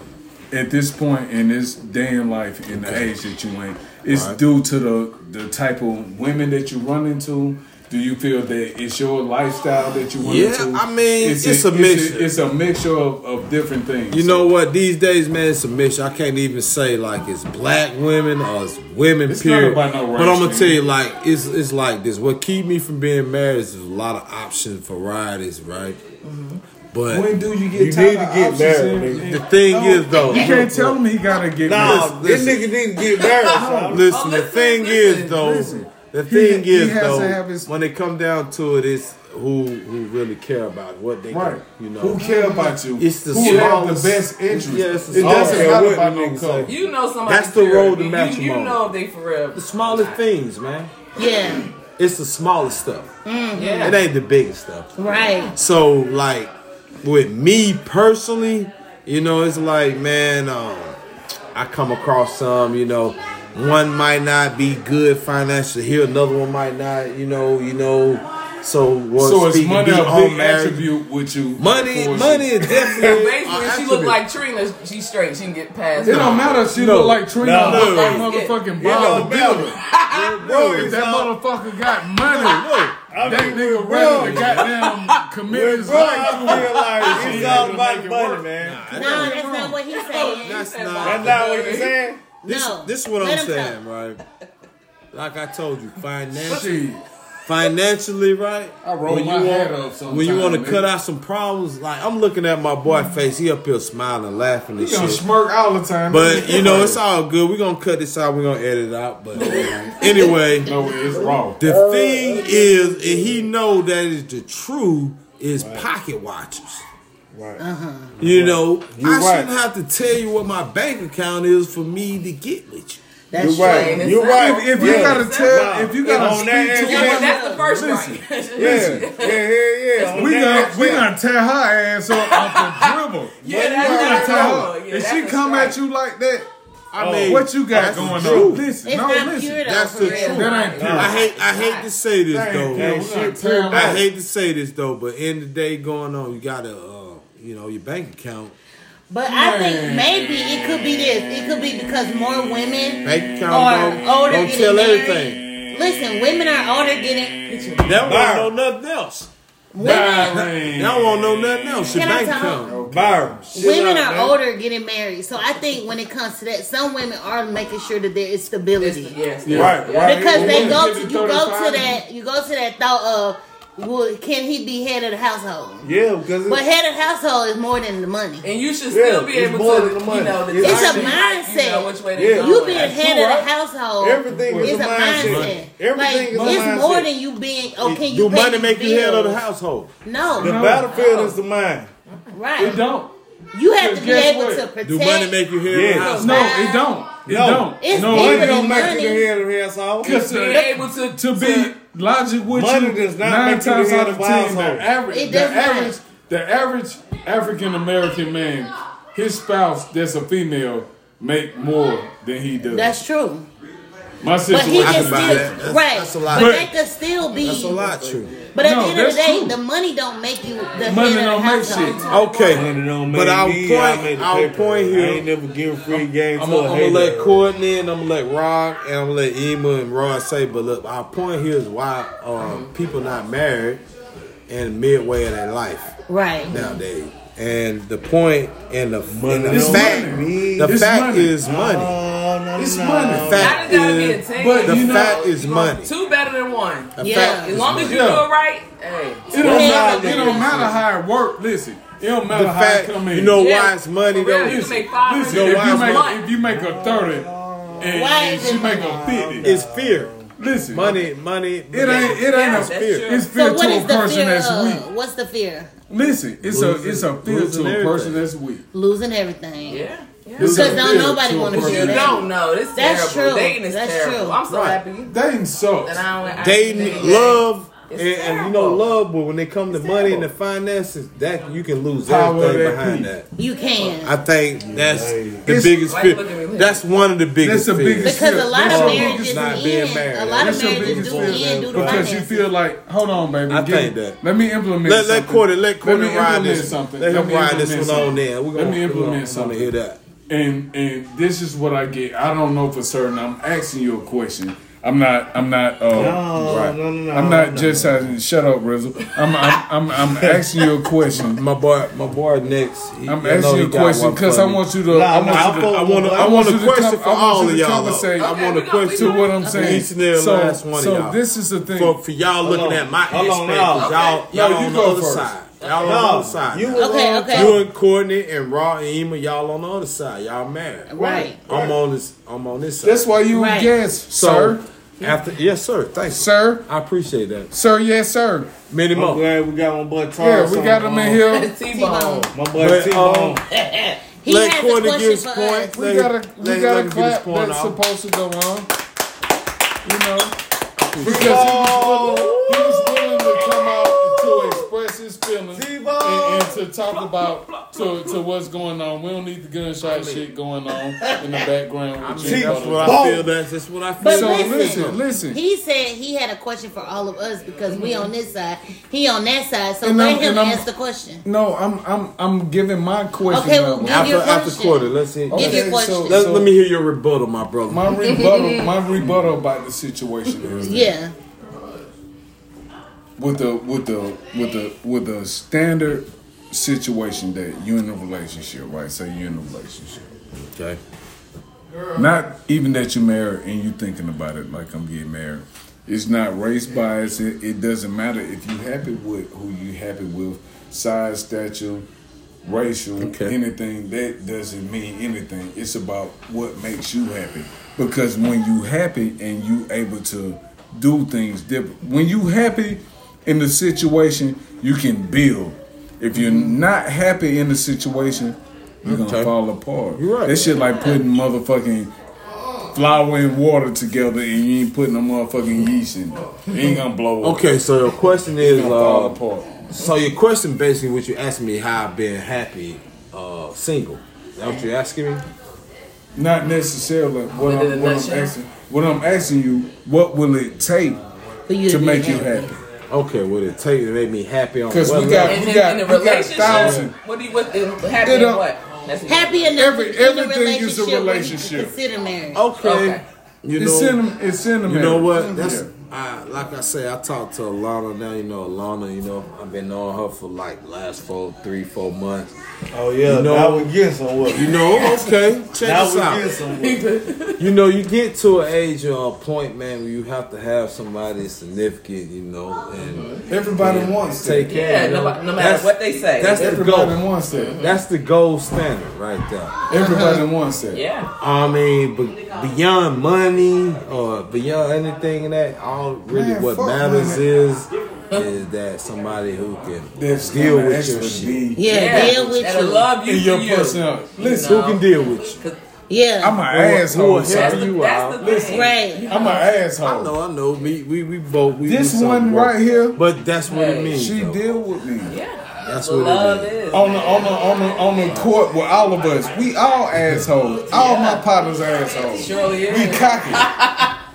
[SPEAKER 4] at this point in this day in life, in the age that you in, it's due to the the type of women that you run into. Do you feel that it's your lifestyle that you run
[SPEAKER 5] Yeah,
[SPEAKER 4] into?
[SPEAKER 5] I mean, it's a mixture.
[SPEAKER 4] It's a, mixture of, of different things.
[SPEAKER 5] You know what? These days, man, it's a mixture. I can't even say like it's black women or it's women.
[SPEAKER 4] It's not
[SPEAKER 5] period.
[SPEAKER 4] about no
[SPEAKER 5] but I'm gonna
[SPEAKER 4] race,
[SPEAKER 5] tell
[SPEAKER 4] man.
[SPEAKER 5] you, like it's it's like this. What keep me from being married is a lot of options, varieties, right?
[SPEAKER 3] Mm-hmm.
[SPEAKER 5] But
[SPEAKER 4] When do you get
[SPEAKER 1] You
[SPEAKER 4] tired
[SPEAKER 1] need to
[SPEAKER 4] of
[SPEAKER 1] get
[SPEAKER 4] options
[SPEAKER 1] married,
[SPEAKER 4] and-
[SPEAKER 1] nigga.
[SPEAKER 5] the thing
[SPEAKER 4] No,
[SPEAKER 5] is, though,
[SPEAKER 4] You can't tell him he gotta get
[SPEAKER 5] Nah,
[SPEAKER 4] married.
[SPEAKER 1] This
[SPEAKER 5] listen,
[SPEAKER 1] nigga didn't get married. son.
[SPEAKER 5] listen,
[SPEAKER 2] Oh,
[SPEAKER 5] the
[SPEAKER 2] listen,
[SPEAKER 5] thing
[SPEAKER 2] listen,
[SPEAKER 5] is though,
[SPEAKER 4] listen.
[SPEAKER 5] the thing
[SPEAKER 4] he
[SPEAKER 5] is
[SPEAKER 4] has to
[SPEAKER 5] though,
[SPEAKER 4] have his-
[SPEAKER 5] when it come down to it, it's who who really care about it, what they
[SPEAKER 4] Right.
[SPEAKER 5] you know.
[SPEAKER 4] Who care about you?
[SPEAKER 5] It's the
[SPEAKER 4] Who have
[SPEAKER 5] smallest-
[SPEAKER 4] the best interest?
[SPEAKER 5] Yeah, it's the
[SPEAKER 4] it doesn't
[SPEAKER 5] smallest-
[SPEAKER 4] matter
[SPEAKER 1] What
[SPEAKER 4] about
[SPEAKER 1] the
[SPEAKER 4] no
[SPEAKER 1] nigga
[SPEAKER 4] color.
[SPEAKER 1] say?
[SPEAKER 2] You know somebody.
[SPEAKER 5] That's the road to
[SPEAKER 2] You, you
[SPEAKER 5] matrimony.
[SPEAKER 2] know if they forever.
[SPEAKER 5] The smallest things, man.
[SPEAKER 3] Yeah.
[SPEAKER 5] It's the smallest stuff.
[SPEAKER 2] Yeah.
[SPEAKER 5] It ain't the biggest stuff.
[SPEAKER 3] Right.
[SPEAKER 5] So like with me personally, you know, it's like man, um, I come across some, you know, one might not be good financially here, another one might not, you know, you know. So what
[SPEAKER 4] So it's
[SPEAKER 5] speaking
[SPEAKER 4] money
[SPEAKER 5] be
[SPEAKER 4] a
[SPEAKER 5] on
[SPEAKER 4] big
[SPEAKER 5] marriage.
[SPEAKER 4] attribute with you.
[SPEAKER 5] Money,
[SPEAKER 4] for
[SPEAKER 5] money
[SPEAKER 4] you.
[SPEAKER 5] is definitely.
[SPEAKER 2] Basically,
[SPEAKER 5] an
[SPEAKER 2] if she look
[SPEAKER 5] attribute.
[SPEAKER 2] like Trina. She straight. She can get past.
[SPEAKER 4] It
[SPEAKER 2] her.
[SPEAKER 4] don't matter if she
[SPEAKER 5] No.
[SPEAKER 4] look like Trina
[SPEAKER 1] No.
[SPEAKER 4] or that
[SPEAKER 2] No.
[SPEAKER 4] motherfucking
[SPEAKER 1] It don't
[SPEAKER 4] Bob.
[SPEAKER 1] matter.
[SPEAKER 5] Bro,
[SPEAKER 4] If
[SPEAKER 5] it's
[SPEAKER 4] that
[SPEAKER 5] all-
[SPEAKER 4] motherfucker got money,
[SPEAKER 5] look,
[SPEAKER 1] I
[SPEAKER 4] that
[SPEAKER 1] mean,
[SPEAKER 4] nigga ready to goddamn commit his
[SPEAKER 1] Bro,
[SPEAKER 4] life.
[SPEAKER 1] I realize
[SPEAKER 4] She
[SPEAKER 1] it's
[SPEAKER 4] ain't
[SPEAKER 1] all
[SPEAKER 4] gonna
[SPEAKER 1] about
[SPEAKER 4] make it
[SPEAKER 1] money,
[SPEAKER 4] work.
[SPEAKER 1] man.
[SPEAKER 3] No, that's not what he's saying.
[SPEAKER 5] that's not.
[SPEAKER 1] That's not what you're saying.
[SPEAKER 5] This,
[SPEAKER 3] No.
[SPEAKER 5] this is what
[SPEAKER 3] Let
[SPEAKER 5] I'm
[SPEAKER 3] him talk.
[SPEAKER 5] saying, right? Like I told you, financially,
[SPEAKER 4] Shit.
[SPEAKER 5] financially, right?
[SPEAKER 4] I roll
[SPEAKER 5] when
[SPEAKER 4] my
[SPEAKER 5] you
[SPEAKER 4] head
[SPEAKER 5] want-
[SPEAKER 4] up sometimes,
[SPEAKER 5] When you want to
[SPEAKER 4] nigga.
[SPEAKER 5] cut out some problems, like I'm looking at my boy face, he up here smiling, laughing and
[SPEAKER 4] He gonna
[SPEAKER 5] shit.
[SPEAKER 4] smirk all the time.
[SPEAKER 5] But you know, it's all good. We're gonna cut this out. We're gonna edit it out. But anyway,
[SPEAKER 4] no, it's wrong.
[SPEAKER 5] the thing is, and he know that is the true is pocket watches.
[SPEAKER 2] Uh-huh.
[SPEAKER 1] Right.
[SPEAKER 5] You know,
[SPEAKER 1] You're
[SPEAKER 5] I
[SPEAKER 1] right.
[SPEAKER 5] shouldn't have to tell you what my bank account is for me to get with you.
[SPEAKER 3] That's
[SPEAKER 1] You're
[SPEAKER 3] right.
[SPEAKER 1] right.
[SPEAKER 2] Plain and
[SPEAKER 1] You're
[SPEAKER 2] simple.
[SPEAKER 1] right.
[SPEAKER 4] If you
[SPEAKER 1] Yeah.
[SPEAKER 4] gotta tell, if you gotta
[SPEAKER 1] On that
[SPEAKER 4] speak to
[SPEAKER 1] ass,
[SPEAKER 2] Yeah,
[SPEAKER 4] her,
[SPEAKER 2] but that's the first right.
[SPEAKER 1] Yeah, yeah, yeah, yeah. On
[SPEAKER 4] we
[SPEAKER 1] that
[SPEAKER 4] gonna we
[SPEAKER 1] shit.
[SPEAKER 4] gonna tear her ass up off the dribble.
[SPEAKER 2] Yeah,
[SPEAKER 4] You gotta
[SPEAKER 2] that's the
[SPEAKER 4] tell her.
[SPEAKER 2] drama. Yeah,
[SPEAKER 4] if
[SPEAKER 2] that's
[SPEAKER 4] she
[SPEAKER 2] the
[SPEAKER 4] come
[SPEAKER 2] strike.
[SPEAKER 4] at you like that, I
[SPEAKER 5] Oh,
[SPEAKER 4] mean, what you got
[SPEAKER 5] that's the
[SPEAKER 4] going on?
[SPEAKER 5] truth.
[SPEAKER 4] Listen,
[SPEAKER 3] It's
[SPEAKER 4] no,
[SPEAKER 3] not
[SPEAKER 4] listen.
[SPEAKER 3] pure though.
[SPEAKER 5] That's the
[SPEAKER 3] for real.
[SPEAKER 5] truth.
[SPEAKER 4] That ain't pure.
[SPEAKER 5] I hate I hate to say this though.
[SPEAKER 1] Ain't
[SPEAKER 4] we're gonna
[SPEAKER 1] shit
[SPEAKER 4] tear
[SPEAKER 1] pure.
[SPEAKER 4] her
[SPEAKER 5] I
[SPEAKER 4] up.
[SPEAKER 5] hate to say this though, but end of the day going on, you gotta uh, you know, your bank account.
[SPEAKER 3] But I think maybe it could be this. It could be because more women
[SPEAKER 5] Bank
[SPEAKER 3] are
[SPEAKER 5] account don't,
[SPEAKER 3] older
[SPEAKER 5] don't
[SPEAKER 3] getting
[SPEAKER 5] tell
[SPEAKER 3] married.
[SPEAKER 5] everything.
[SPEAKER 3] Listen, women are older getting.
[SPEAKER 5] That
[SPEAKER 1] Byron.
[SPEAKER 5] won't know nothing else.
[SPEAKER 3] Women,
[SPEAKER 5] That won't know nothing else. Your
[SPEAKER 3] Can I
[SPEAKER 5] bank
[SPEAKER 3] talk?
[SPEAKER 5] account.
[SPEAKER 1] Byron. shut
[SPEAKER 3] women
[SPEAKER 1] up,
[SPEAKER 3] are
[SPEAKER 1] man.
[SPEAKER 3] older getting married. So I think when it comes to that, some women are making sure that there is stability.
[SPEAKER 2] Yes.
[SPEAKER 1] Right, right.
[SPEAKER 3] because they
[SPEAKER 4] Women
[SPEAKER 3] go to
[SPEAKER 4] fifty,
[SPEAKER 3] you go to
[SPEAKER 4] 35.
[SPEAKER 3] that you go to that thought of well, can he be head of the household?
[SPEAKER 1] Yeah, because
[SPEAKER 3] But
[SPEAKER 1] it's,
[SPEAKER 3] head of the household is more than the money.
[SPEAKER 2] And you should still
[SPEAKER 1] Yeah,
[SPEAKER 2] be
[SPEAKER 1] it's
[SPEAKER 2] able
[SPEAKER 1] more
[SPEAKER 2] to,
[SPEAKER 1] than the
[SPEAKER 2] you
[SPEAKER 1] money.
[SPEAKER 2] know, the
[SPEAKER 1] It's a
[SPEAKER 2] You know
[SPEAKER 3] mindset.
[SPEAKER 2] which way
[SPEAKER 1] Yeah.
[SPEAKER 2] they
[SPEAKER 3] You
[SPEAKER 2] going.
[SPEAKER 3] being head
[SPEAKER 1] true,
[SPEAKER 3] of
[SPEAKER 1] right?
[SPEAKER 3] the household,
[SPEAKER 1] Everything is
[SPEAKER 3] is
[SPEAKER 1] a mindset. Everything
[SPEAKER 3] like,
[SPEAKER 1] is a
[SPEAKER 3] it's
[SPEAKER 1] mindset.
[SPEAKER 3] more than you being. Oh, can you
[SPEAKER 5] Do
[SPEAKER 3] pay
[SPEAKER 5] money
[SPEAKER 3] these
[SPEAKER 5] make you head of the
[SPEAKER 3] bills?
[SPEAKER 5] household?
[SPEAKER 3] No,
[SPEAKER 1] the battlefield is the mind.
[SPEAKER 4] It
[SPEAKER 3] right.
[SPEAKER 4] don't.
[SPEAKER 3] You have to be
[SPEAKER 4] Guess
[SPEAKER 3] able
[SPEAKER 4] what?
[SPEAKER 3] to protect.
[SPEAKER 5] Do money make you head
[SPEAKER 1] Yeah.
[SPEAKER 5] of the household?
[SPEAKER 4] No, it don't. It
[SPEAKER 1] No.
[SPEAKER 4] don't.
[SPEAKER 3] It's
[SPEAKER 4] no,
[SPEAKER 3] bigger
[SPEAKER 1] Money
[SPEAKER 4] it
[SPEAKER 1] don't
[SPEAKER 4] don't.
[SPEAKER 1] make
[SPEAKER 3] money.
[SPEAKER 1] you the head of the household.
[SPEAKER 4] Because
[SPEAKER 2] being
[SPEAKER 4] that-
[SPEAKER 2] able to
[SPEAKER 4] to be logic with
[SPEAKER 1] Money
[SPEAKER 4] you,
[SPEAKER 1] does not
[SPEAKER 4] nine
[SPEAKER 1] make you
[SPEAKER 4] times
[SPEAKER 1] the head
[SPEAKER 4] out of
[SPEAKER 1] of
[SPEAKER 4] ten,
[SPEAKER 1] the
[SPEAKER 4] the
[SPEAKER 1] household.
[SPEAKER 4] average,
[SPEAKER 3] It
[SPEAKER 4] the
[SPEAKER 3] does not.
[SPEAKER 4] average, the average African American man, his spouse that's a female, make more than he does.
[SPEAKER 3] That's true,
[SPEAKER 4] My
[SPEAKER 3] but he
[SPEAKER 4] situation.
[SPEAKER 5] can
[SPEAKER 3] can still
[SPEAKER 5] buy that. That's-
[SPEAKER 3] right.
[SPEAKER 5] that's a lot.
[SPEAKER 3] But
[SPEAKER 4] But-
[SPEAKER 3] that could still be.
[SPEAKER 5] That's a lot true.
[SPEAKER 3] But at
[SPEAKER 4] No,
[SPEAKER 3] the end of the
[SPEAKER 4] that's
[SPEAKER 3] day,
[SPEAKER 4] true.
[SPEAKER 3] the money don't make you the
[SPEAKER 4] Money
[SPEAKER 3] head of
[SPEAKER 4] don't
[SPEAKER 3] the
[SPEAKER 4] make
[SPEAKER 3] household.
[SPEAKER 4] shit.
[SPEAKER 5] Okay.
[SPEAKER 1] don't
[SPEAKER 5] But our
[SPEAKER 1] me, I
[SPEAKER 5] point-
[SPEAKER 1] made the
[SPEAKER 5] our
[SPEAKER 1] paper.
[SPEAKER 5] point
[SPEAKER 1] I
[SPEAKER 5] here-
[SPEAKER 1] ain't never give free game
[SPEAKER 5] I'm
[SPEAKER 1] to a
[SPEAKER 5] gonna I'm gonna
[SPEAKER 1] hater.
[SPEAKER 5] let Courtney and I'm gonna let Rod and I'm gonna let Emma and Rod say, but look, our point here is why um, people not married and midway in their life
[SPEAKER 3] Right.
[SPEAKER 5] nowadays. And the point and the, and the
[SPEAKER 1] It's
[SPEAKER 5] fact,
[SPEAKER 1] money.
[SPEAKER 5] the
[SPEAKER 4] It's
[SPEAKER 5] fact
[SPEAKER 4] money.
[SPEAKER 5] is money.
[SPEAKER 1] Oh, no,
[SPEAKER 4] It's
[SPEAKER 1] no.
[SPEAKER 4] money.
[SPEAKER 5] The
[SPEAKER 2] Not
[SPEAKER 5] fact
[SPEAKER 2] that gotta be a
[SPEAKER 5] is,
[SPEAKER 2] team.
[SPEAKER 4] but
[SPEAKER 5] the
[SPEAKER 4] you know,
[SPEAKER 5] fact is money.
[SPEAKER 2] Two better than one.
[SPEAKER 5] The
[SPEAKER 3] Yeah.
[SPEAKER 5] fact
[SPEAKER 2] As
[SPEAKER 5] is
[SPEAKER 2] long
[SPEAKER 5] money.
[SPEAKER 2] as you
[SPEAKER 4] Yeah.
[SPEAKER 2] do it right, hey.
[SPEAKER 4] It don't
[SPEAKER 3] Yeah.
[SPEAKER 4] matter. It don't matter how it work. Listen, it don't matter
[SPEAKER 5] the
[SPEAKER 4] how
[SPEAKER 5] fact,
[SPEAKER 4] it come in.
[SPEAKER 5] you know
[SPEAKER 2] Yeah.
[SPEAKER 5] why it's money
[SPEAKER 2] For real,
[SPEAKER 5] though.
[SPEAKER 2] you can make five
[SPEAKER 4] listen,
[SPEAKER 5] Yo,
[SPEAKER 2] hundred
[SPEAKER 5] why
[SPEAKER 4] if you
[SPEAKER 5] is
[SPEAKER 4] make
[SPEAKER 2] money?
[SPEAKER 4] if you make a thirty, and,
[SPEAKER 3] Why
[SPEAKER 4] and
[SPEAKER 3] is
[SPEAKER 4] she
[SPEAKER 3] it
[SPEAKER 4] make
[SPEAKER 3] money?
[SPEAKER 4] a fifty,
[SPEAKER 5] It's fear.
[SPEAKER 4] listen,
[SPEAKER 5] Money, money. It
[SPEAKER 4] It ain't. It ain't a
[SPEAKER 2] Yeah, that's
[SPEAKER 4] fear.
[SPEAKER 2] true.
[SPEAKER 4] It's fear
[SPEAKER 3] So what
[SPEAKER 4] to a
[SPEAKER 3] is the
[SPEAKER 4] person
[SPEAKER 3] fear
[SPEAKER 4] that's
[SPEAKER 3] of?
[SPEAKER 4] weak.
[SPEAKER 3] What's the fear?
[SPEAKER 4] Listen, it's
[SPEAKER 5] Losing-
[SPEAKER 4] a it's a fear
[SPEAKER 5] losing
[SPEAKER 4] to a person
[SPEAKER 5] everything.
[SPEAKER 4] that's weak.
[SPEAKER 3] Losing everything.
[SPEAKER 2] Yeah. yeah.
[SPEAKER 4] It's a
[SPEAKER 3] Because don't
[SPEAKER 4] fear
[SPEAKER 3] nobody
[SPEAKER 4] to a
[SPEAKER 3] wanna do
[SPEAKER 4] person
[SPEAKER 2] You
[SPEAKER 3] that.
[SPEAKER 4] that's-
[SPEAKER 2] don't know. This is
[SPEAKER 3] That's
[SPEAKER 2] terrible.
[SPEAKER 3] true.
[SPEAKER 2] Dating is
[SPEAKER 3] That's
[SPEAKER 2] terrible.
[SPEAKER 3] true.
[SPEAKER 2] I'm so
[SPEAKER 5] Right.
[SPEAKER 2] happy
[SPEAKER 4] Dating sucks.
[SPEAKER 2] that I don't. I
[SPEAKER 5] dating, love, and,
[SPEAKER 2] It's
[SPEAKER 5] and you know,
[SPEAKER 2] terrible.
[SPEAKER 5] love. But when it comes to money and the
[SPEAKER 4] terrible.
[SPEAKER 5] finances, that you can lose
[SPEAKER 4] Power
[SPEAKER 5] everything
[SPEAKER 4] that
[SPEAKER 5] behind
[SPEAKER 4] peak.
[SPEAKER 5] that.
[SPEAKER 3] You can.
[SPEAKER 5] I think that's the
[SPEAKER 4] It's-
[SPEAKER 5] biggest
[SPEAKER 2] Why you looking at
[SPEAKER 5] fear.
[SPEAKER 2] me?
[SPEAKER 5] That's one of the biggest.
[SPEAKER 4] That's the
[SPEAKER 5] fears.
[SPEAKER 4] biggest-
[SPEAKER 3] Because a lot of
[SPEAKER 5] Oh,
[SPEAKER 3] marriages
[SPEAKER 5] not being
[SPEAKER 3] end.
[SPEAKER 5] married.
[SPEAKER 3] A lot of
[SPEAKER 4] That's your
[SPEAKER 3] marriages
[SPEAKER 4] biggest
[SPEAKER 3] do
[SPEAKER 4] fear,
[SPEAKER 3] end due to
[SPEAKER 4] because you
[SPEAKER 3] finances.
[SPEAKER 4] feel like, hold on, baby.
[SPEAKER 5] I
[SPEAKER 4] give
[SPEAKER 5] think
[SPEAKER 4] me-
[SPEAKER 5] that.
[SPEAKER 4] Let me implement.
[SPEAKER 5] Let let
[SPEAKER 4] something.
[SPEAKER 5] Courtney let Courtney
[SPEAKER 4] me
[SPEAKER 5] ride
[SPEAKER 4] implement
[SPEAKER 5] this.
[SPEAKER 4] Something.
[SPEAKER 5] Let him
[SPEAKER 4] me
[SPEAKER 5] ride this
[SPEAKER 4] implement
[SPEAKER 5] one on
[SPEAKER 4] something.
[SPEAKER 5] there. We're
[SPEAKER 4] Let me
[SPEAKER 5] gonna we're gonna-
[SPEAKER 4] implement
[SPEAKER 5] we're gonna
[SPEAKER 4] something.
[SPEAKER 5] hear that.
[SPEAKER 4] and and this is what I get. I don't know for certain. I'm asking you a question. I'm not. I'm not. Uh,
[SPEAKER 1] No,
[SPEAKER 4] right.
[SPEAKER 1] no, no, no,
[SPEAKER 4] I'm not
[SPEAKER 1] no.
[SPEAKER 4] just. Uh, shut up, Rizzle. I'm. I'm. I'm, I'm asking you a question.
[SPEAKER 5] My boy, my boy next. He,
[SPEAKER 4] I'm
[SPEAKER 5] I know
[SPEAKER 4] asking
[SPEAKER 5] he
[SPEAKER 4] you a
[SPEAKER 5] got
[SPEAKER 4] question
[SPEAKER 5] one
[SPEAKER 4] because
[SPEAKER 5] for
[SPEAKER 4] I
[SPEAKER 5] me.
[SPEAKER 4] want you to.
[SPEAKER 1] Nah,
[SPEAKER 4] I
[SPEAKER 1] nah, I
[SPEAKER 4] want you to.
[SPEAKER 1] fuck
[SPEAKER 4] I want. I
[SPEAKER 1] with my boy.
[SPEAKER 4] want
[SPEAKER 5] I
[SPEAKER 4] you
[SPEAKER 5] want
[SPEAKER 4] to.
[SPEAKER 5] a question
[SPEAKER 4] com-
[SPEAKER 5] for
[SPEAKER 4] I want
[SPEAKER 5] all
[SPEAKER 4] you
[SPEAKER 5] of
[SPEAKER 4] to
[SPEAKER 5] y'all, though.
[SPEAKER 4] compensate
[SPEAKER 5] I want a
[SPEAKER 4] To
[SPEAKER 5] question
[SPEAKER 4] what I'm saying.
[SPEAKER 5] each and every
[SPEAKER 4] so,
[SPEAKER 5] last one of
[SPEAKER 4] so
[SPEAKER 5] y'all.
[SPEAKER 4] this is the thing.
[SPEAKER 5] for, for y'all looking
[SPEAKER 1] on.
[SPEAKER 5] at my
[SPEAKER 1] Hold
[SPEAKER 5] aspect.
[SPEAKER 1] on, no.
[SPEAKER 5] 'cause y'all,
[SPEAKER 4] Okay.
[SPEAKER 5] y'all
[SPEAKER 4] No, you
[SPEAKER 5] on
[SPEAKER 4] go
[SPEAKER 5] the other
[SPEAKER 4] first.
[SPEAKER 5] side. Y'all on the
[SPEAKER 1] No,
[SPEAKER 5] other side.
[SPEAKER 1] you
[SPEAKER 5] now.
[SPEAKER 1] was
[SPEAKER 4] Oh,
[SPEAKER 3] Okay,
[SPEAKER 1] wrong.
[SPEAKER 3] okay.
[SPEAKER 5] You and Courtney and Raw and Ema, y'all on the other side. Y'all married.
[SPEAKER 3] Right.
[SPEAKER 5] I'm on this. I'm on this side.
[SPEAKER 4] That's why you
[SPEAKER 3] Right.
[SPEAKER 4] a guest, sir.
[SPEAKER 5] after yes, sir. Thanks,
[SPEAKER 4] Sir,
[SPEAKER 5] I appreciate that.
[SPEAKER 4] sir, yes, sir.
[SPEAKER 5] Many
[SPEAKER 1] I'm
[SPEAKER 5] more.
[SPEAKER 1] glad we got my boy Charles.
[SPEAKER 4] Yeah, we
[SPEAKER 1] on,
[SPEAKER 4] got him
[SPEAKER 1] uh,
[SPEAKER 4] in here.
[SPEAKER 2] T-Bone.
[SPEAKER 1] My boy
[SPEAKER 5] But,
[SPEAKER 1] T-Bone.
[SPEAKER 5] um,
[SPEAKER 3] He
[SPEAKER 5] Let
[SPEAKER 3] has
[SPEAKER 5] Courtney
[SPEAKER 3] a
[SPEAKER 5] give
[SPEAKER 3] question
[SPEAKER 5] his
[SPEAKER 3] for
[SPEAKER 5] point.
[SPEAKER 3] us.
[SPEAKER 4] We
[SPEAKER 5] Let-
[SPEAKER 4] got a we
[SPEAKER 5] let-
[SPEAKER 4] got
[SPEAKER 5] let
[SPEAKER 4] a
[SPEAKER 5] him get his
[SPEAKER 4] clap
[SPEAKER 5] point
[SPEAKER 4] that's
[SPEAKER 5] off.
[SPEAKER 4] supposed to go on. You know, because he was, willing, he was willing to come out to express his feelings and, and to talk about to, to what's going on. We don't need the gunshot shit going on in the background. With
[SPEAKER 5] See,
[SPEAKER 4] you
[SPEAKER 5] that's what I
[SPEAKER 1] Boom.
[SPEAKER 5] feel. That's that's what I feel.
[SPEAKER 3] But
[SPEAKER 4] so
[SPEAKER 3] listen,
[SPEAKER 4] listen, listen.
[SPEAKER 3] He said he had a question for all of us because we on this side, he on that side. So
[SPEAKER 4] And
[SPEAKER 3] let
[SPEAKER 4] I'm-
[SPEAKER 3] him
[SPEAKER 4] and I'm-
[SPEAKER 3] ask the question.
[SPEAKER 4] no, I'm I'm I'm giving my question.
[SPEAKER 3] Okay, well,
[SPEAKER 4] out.
[SPEAKER 3] give
[SPEAKER 5] after
[SPEAKER 3] your
[SPEAKER 5] after
[SPEAKER 3] question.
[SPEAKER 5] quarter, let's hear.
[SPEAKER 3] Give your
[SPEAKER 4] Okay,
[SPEAKER 3] question.
[SPEAKER 4] Oh, so-
[SPEAKER 5] Let, let me hear your rebuttal, my brother.
[SPEAKER 4] My rebuttal, my rebuttal about the situation is
[SPEAKER 3] Yeah.
[SPEAKER 4] with the with the with the with the standard situation that you're in a relationship, right? Say you're in a relationship.
[SPEAKER 5] okay.
[SPEAKER 4] Not even that you're married and you thinking about it like I'm getting married. It's not race bias. It, it doesn't matter if you happy with who you happy with, size, stature, racial,
[SPEAKER 5] Okay.
[SPEAKER 4] anything. That doesn't mean anything. It's about what makes you happy. Because when you happy and you able to do things different, when you happy in the situation, you can build. If you're not happy in the situation, you're gonna
[SPEAKER 5] Mm-hmm. Okay.
[SPEAKER 4] fall apart.
[SPEAKER 5] You're right.
[SPEAKER 4] That shit like putting motherfucking flour and water together and you ain't putting no motherfucking yeast in there. It ain't gonna blow up.
[SPEAKER 5] Okay. So your question
[SPEAKER 4] It's
[SPEAKER 5] is.
[SPEAKER 4] gonna fall
[SPEAKER 5] Uh,
[SPEAKER 4] apart.
[SPEAKER 5] So your question basically what you asking me how I've been happy uh single. That what you asking me?
[SPEAKER 4] Not necessarily. What,
[SPEAKER 2] Within
[SPEAKER 4] I'm,
[SPEAKER 2] a
[SPEAKER 4] what I'm
[SPEAKER 2] nutshell?
[SPEAKER 4] asking, what I'm asking you, what will it take
[SPEAKER 3] For you
[SPEAKER 4] to
[SPEAKER 3] be
[SPEAKER 4] make you happy?
[SPEAKER 5] Okay, what it take to make me happy on
[SPEAKER 4] Because
[SPEAKER 5] what
[SPEAKER 4] we got,
[SPEAKER 2] And
[SPEAKER 4] we
[SPEAKER 2] then
[SPEAKER 4] got,
[SPEAKER 2] in a
[SPEAKER 4] we got thousand.
[SPEAKER 2] relationship, what do you what is happy
[SPEAKER 4] It
[SPEAKER 2] in
[SPEAKER 4] don't-
[SPEAKER 2] what? That's
[SPEAKER 3] Happy enough.
[SPEAKER 4] Every-
[SPEAKER 3] in a
[SPEAKER 4] everything is a
[SPEAKER 3] where you
[SPEAKER 4] relationship. Oh,
[SPEAKER 3] Consider marriage.
[SPEAKER 5] level. Okay.
[SPEAKER 2] Okay.
[SPEAKER 5] You
[SPEAKER 4] It's
[SPEAKER 5] know,
[SPEAKER 4] in them. It's in them.
[SPEAKER 5] you know what?
[SPEAKER 4] It's
[SPEAKER 5] That's
[SPEAKER 4] in
[SPEAKER 5] I, like I say, I talked to Alana now, you know, Alana, you know, I've been knowing her for like last four, three, four months.
[SPEAKER 1] Oh, yeah.
[SPEAKER 5] You know-
[SPEAKER 1] now we getting somewhere.
[SPEAKER 5] You know, okay. Check
[SPEAKER 1] Now
[SPEAKER 5] this
[SPEAKER 1] we
[SPEAKER 5] out.
[SPEAKER 1] getting somewhere.
[SPEAKER 5] You know, you get to an age or a point, man, where you have to have somebody significant, you know, and
[SPEAKER 4] there. Everybody wants that.
[SPEAKER 5] take
[SPEAKER 2] yeah,
[SPEAKER 5] care of them.
[SPEAKER 2] no, ma- no
[SPEAKER 5] That's-
[SPEAKER 2] matter what they say.
[SPEAKER 5] that's the goal.
[SPEAKER 4] Everybody wants that.
[SPEAKER 5] That's the gold standard right there.
[SPEAKER 4] Everybody wants that.
[SPEAKER 2] yeah.
[SPEAKER 5] I mean, be- beyond money or beyond anything in that, all really
[SPEAKER 4] Man,
[SPEAKER 5] what
[SPEAKER 4] fuck
[SPEAKER 5] matters
[SPEAKER 4] money.
[SPEAKER 5] is is that somebody who can
[SPEAKER 4] That's
[SPEAKER 5] deal
[SPEAKER 4] kinda
[SPEAKER 5] with your
[SPEAKER 4] extra
[SPEAKER 5] shit.
[SPEAKER 4] deep
[SPEAKER 3] Yeah, deal with
[SPEAKER 2] That'll
[SPEAKER 3] you.
[SPEAKER 2] love you
[SPEAKER 4] In your
[SPEAKER 2] for you.
[SPEAKER 4] personality. Listen,
[SPEAKER 5] Listen, who can deal with you?
[SPEAKER 3] Yeah.
[SPEAKER 4] I'm an asshole.
[SPEAKER 5] will
[SPEAKER 4] so
[SPEAKER 2] That's
[SPEAKER 5] help
[SPEAKER 2] the,
[SPEAKER 5] you
[SPEAKER 2] that's
[SPEAKER 5] out.
[SPEAKER 2] the thing.
[SPEAKER 3] right.
[SPEAKER 4] I'm an
[SPEAKER 5] I
[SPEAKER 4] asshole.
[SPEAKER 5] know, I know. Me, we, we both. We
[SPEAKER 4] This
[SPEAKER 5] we some
[SPEAKER 4] one
[SPEAKER 5] work.
[SPEAKER 4] right here,
[SPEAKER 5] But that's what it
[SPEAKER 2] Hey.
[SPEAKER 5] means.
[SPEAKER 4] she
[SPEAKER 5] though.
[SPEAKER 4] deal with me.
[SPEAKER 2] Yeah.
[SPEAKER 5] That's
[SPEAKER 2] What
[SPEAKER 5] what
[SPEAKER 2] love
[SPEAKER 5] it means.
[SPEAKER 2] is.
[SPEAKER 4] On the on the on the on the court with all of us, we all assholes. All my partners assholes.
[SPEAKER 2] Surely is.
[SPEAKER 4] We cocky.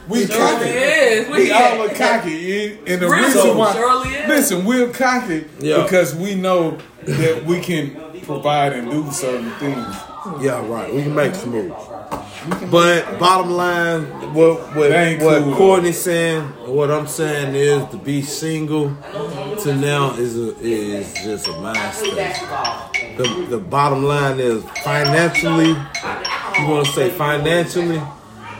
[SPEAKER 4] We
[SPEAKER 2] Surely
[SPEAKER 4] cocky.
[SPEAKER 2] is. We
[SPEAKER 4] We all
[SPEAKER 2] get-
[SPEAKER 4] are cocky, and the
[SPEAKER 2] Really?
[SPEAKER 4] reason why.
[SPEAKER 2] Surely is.
[SPEAKER 4] Listen, we're cocky
[SPEAKER 5] Yeah.
[SPEAKER 4] because we know that we can provide and do certain things.
[SPEAKER 5] Yeah, right. We can make some moves. But bottom line, what what,
[SPEAKER 4] That ain't
[SPEAKER 5] what
[SPEAKER 4] cool.
[SPEAKER 5] Courtney's saying, what I'm saying is to be single to now is a, is just a mindset. The the bottom line is financially, you want to say financially,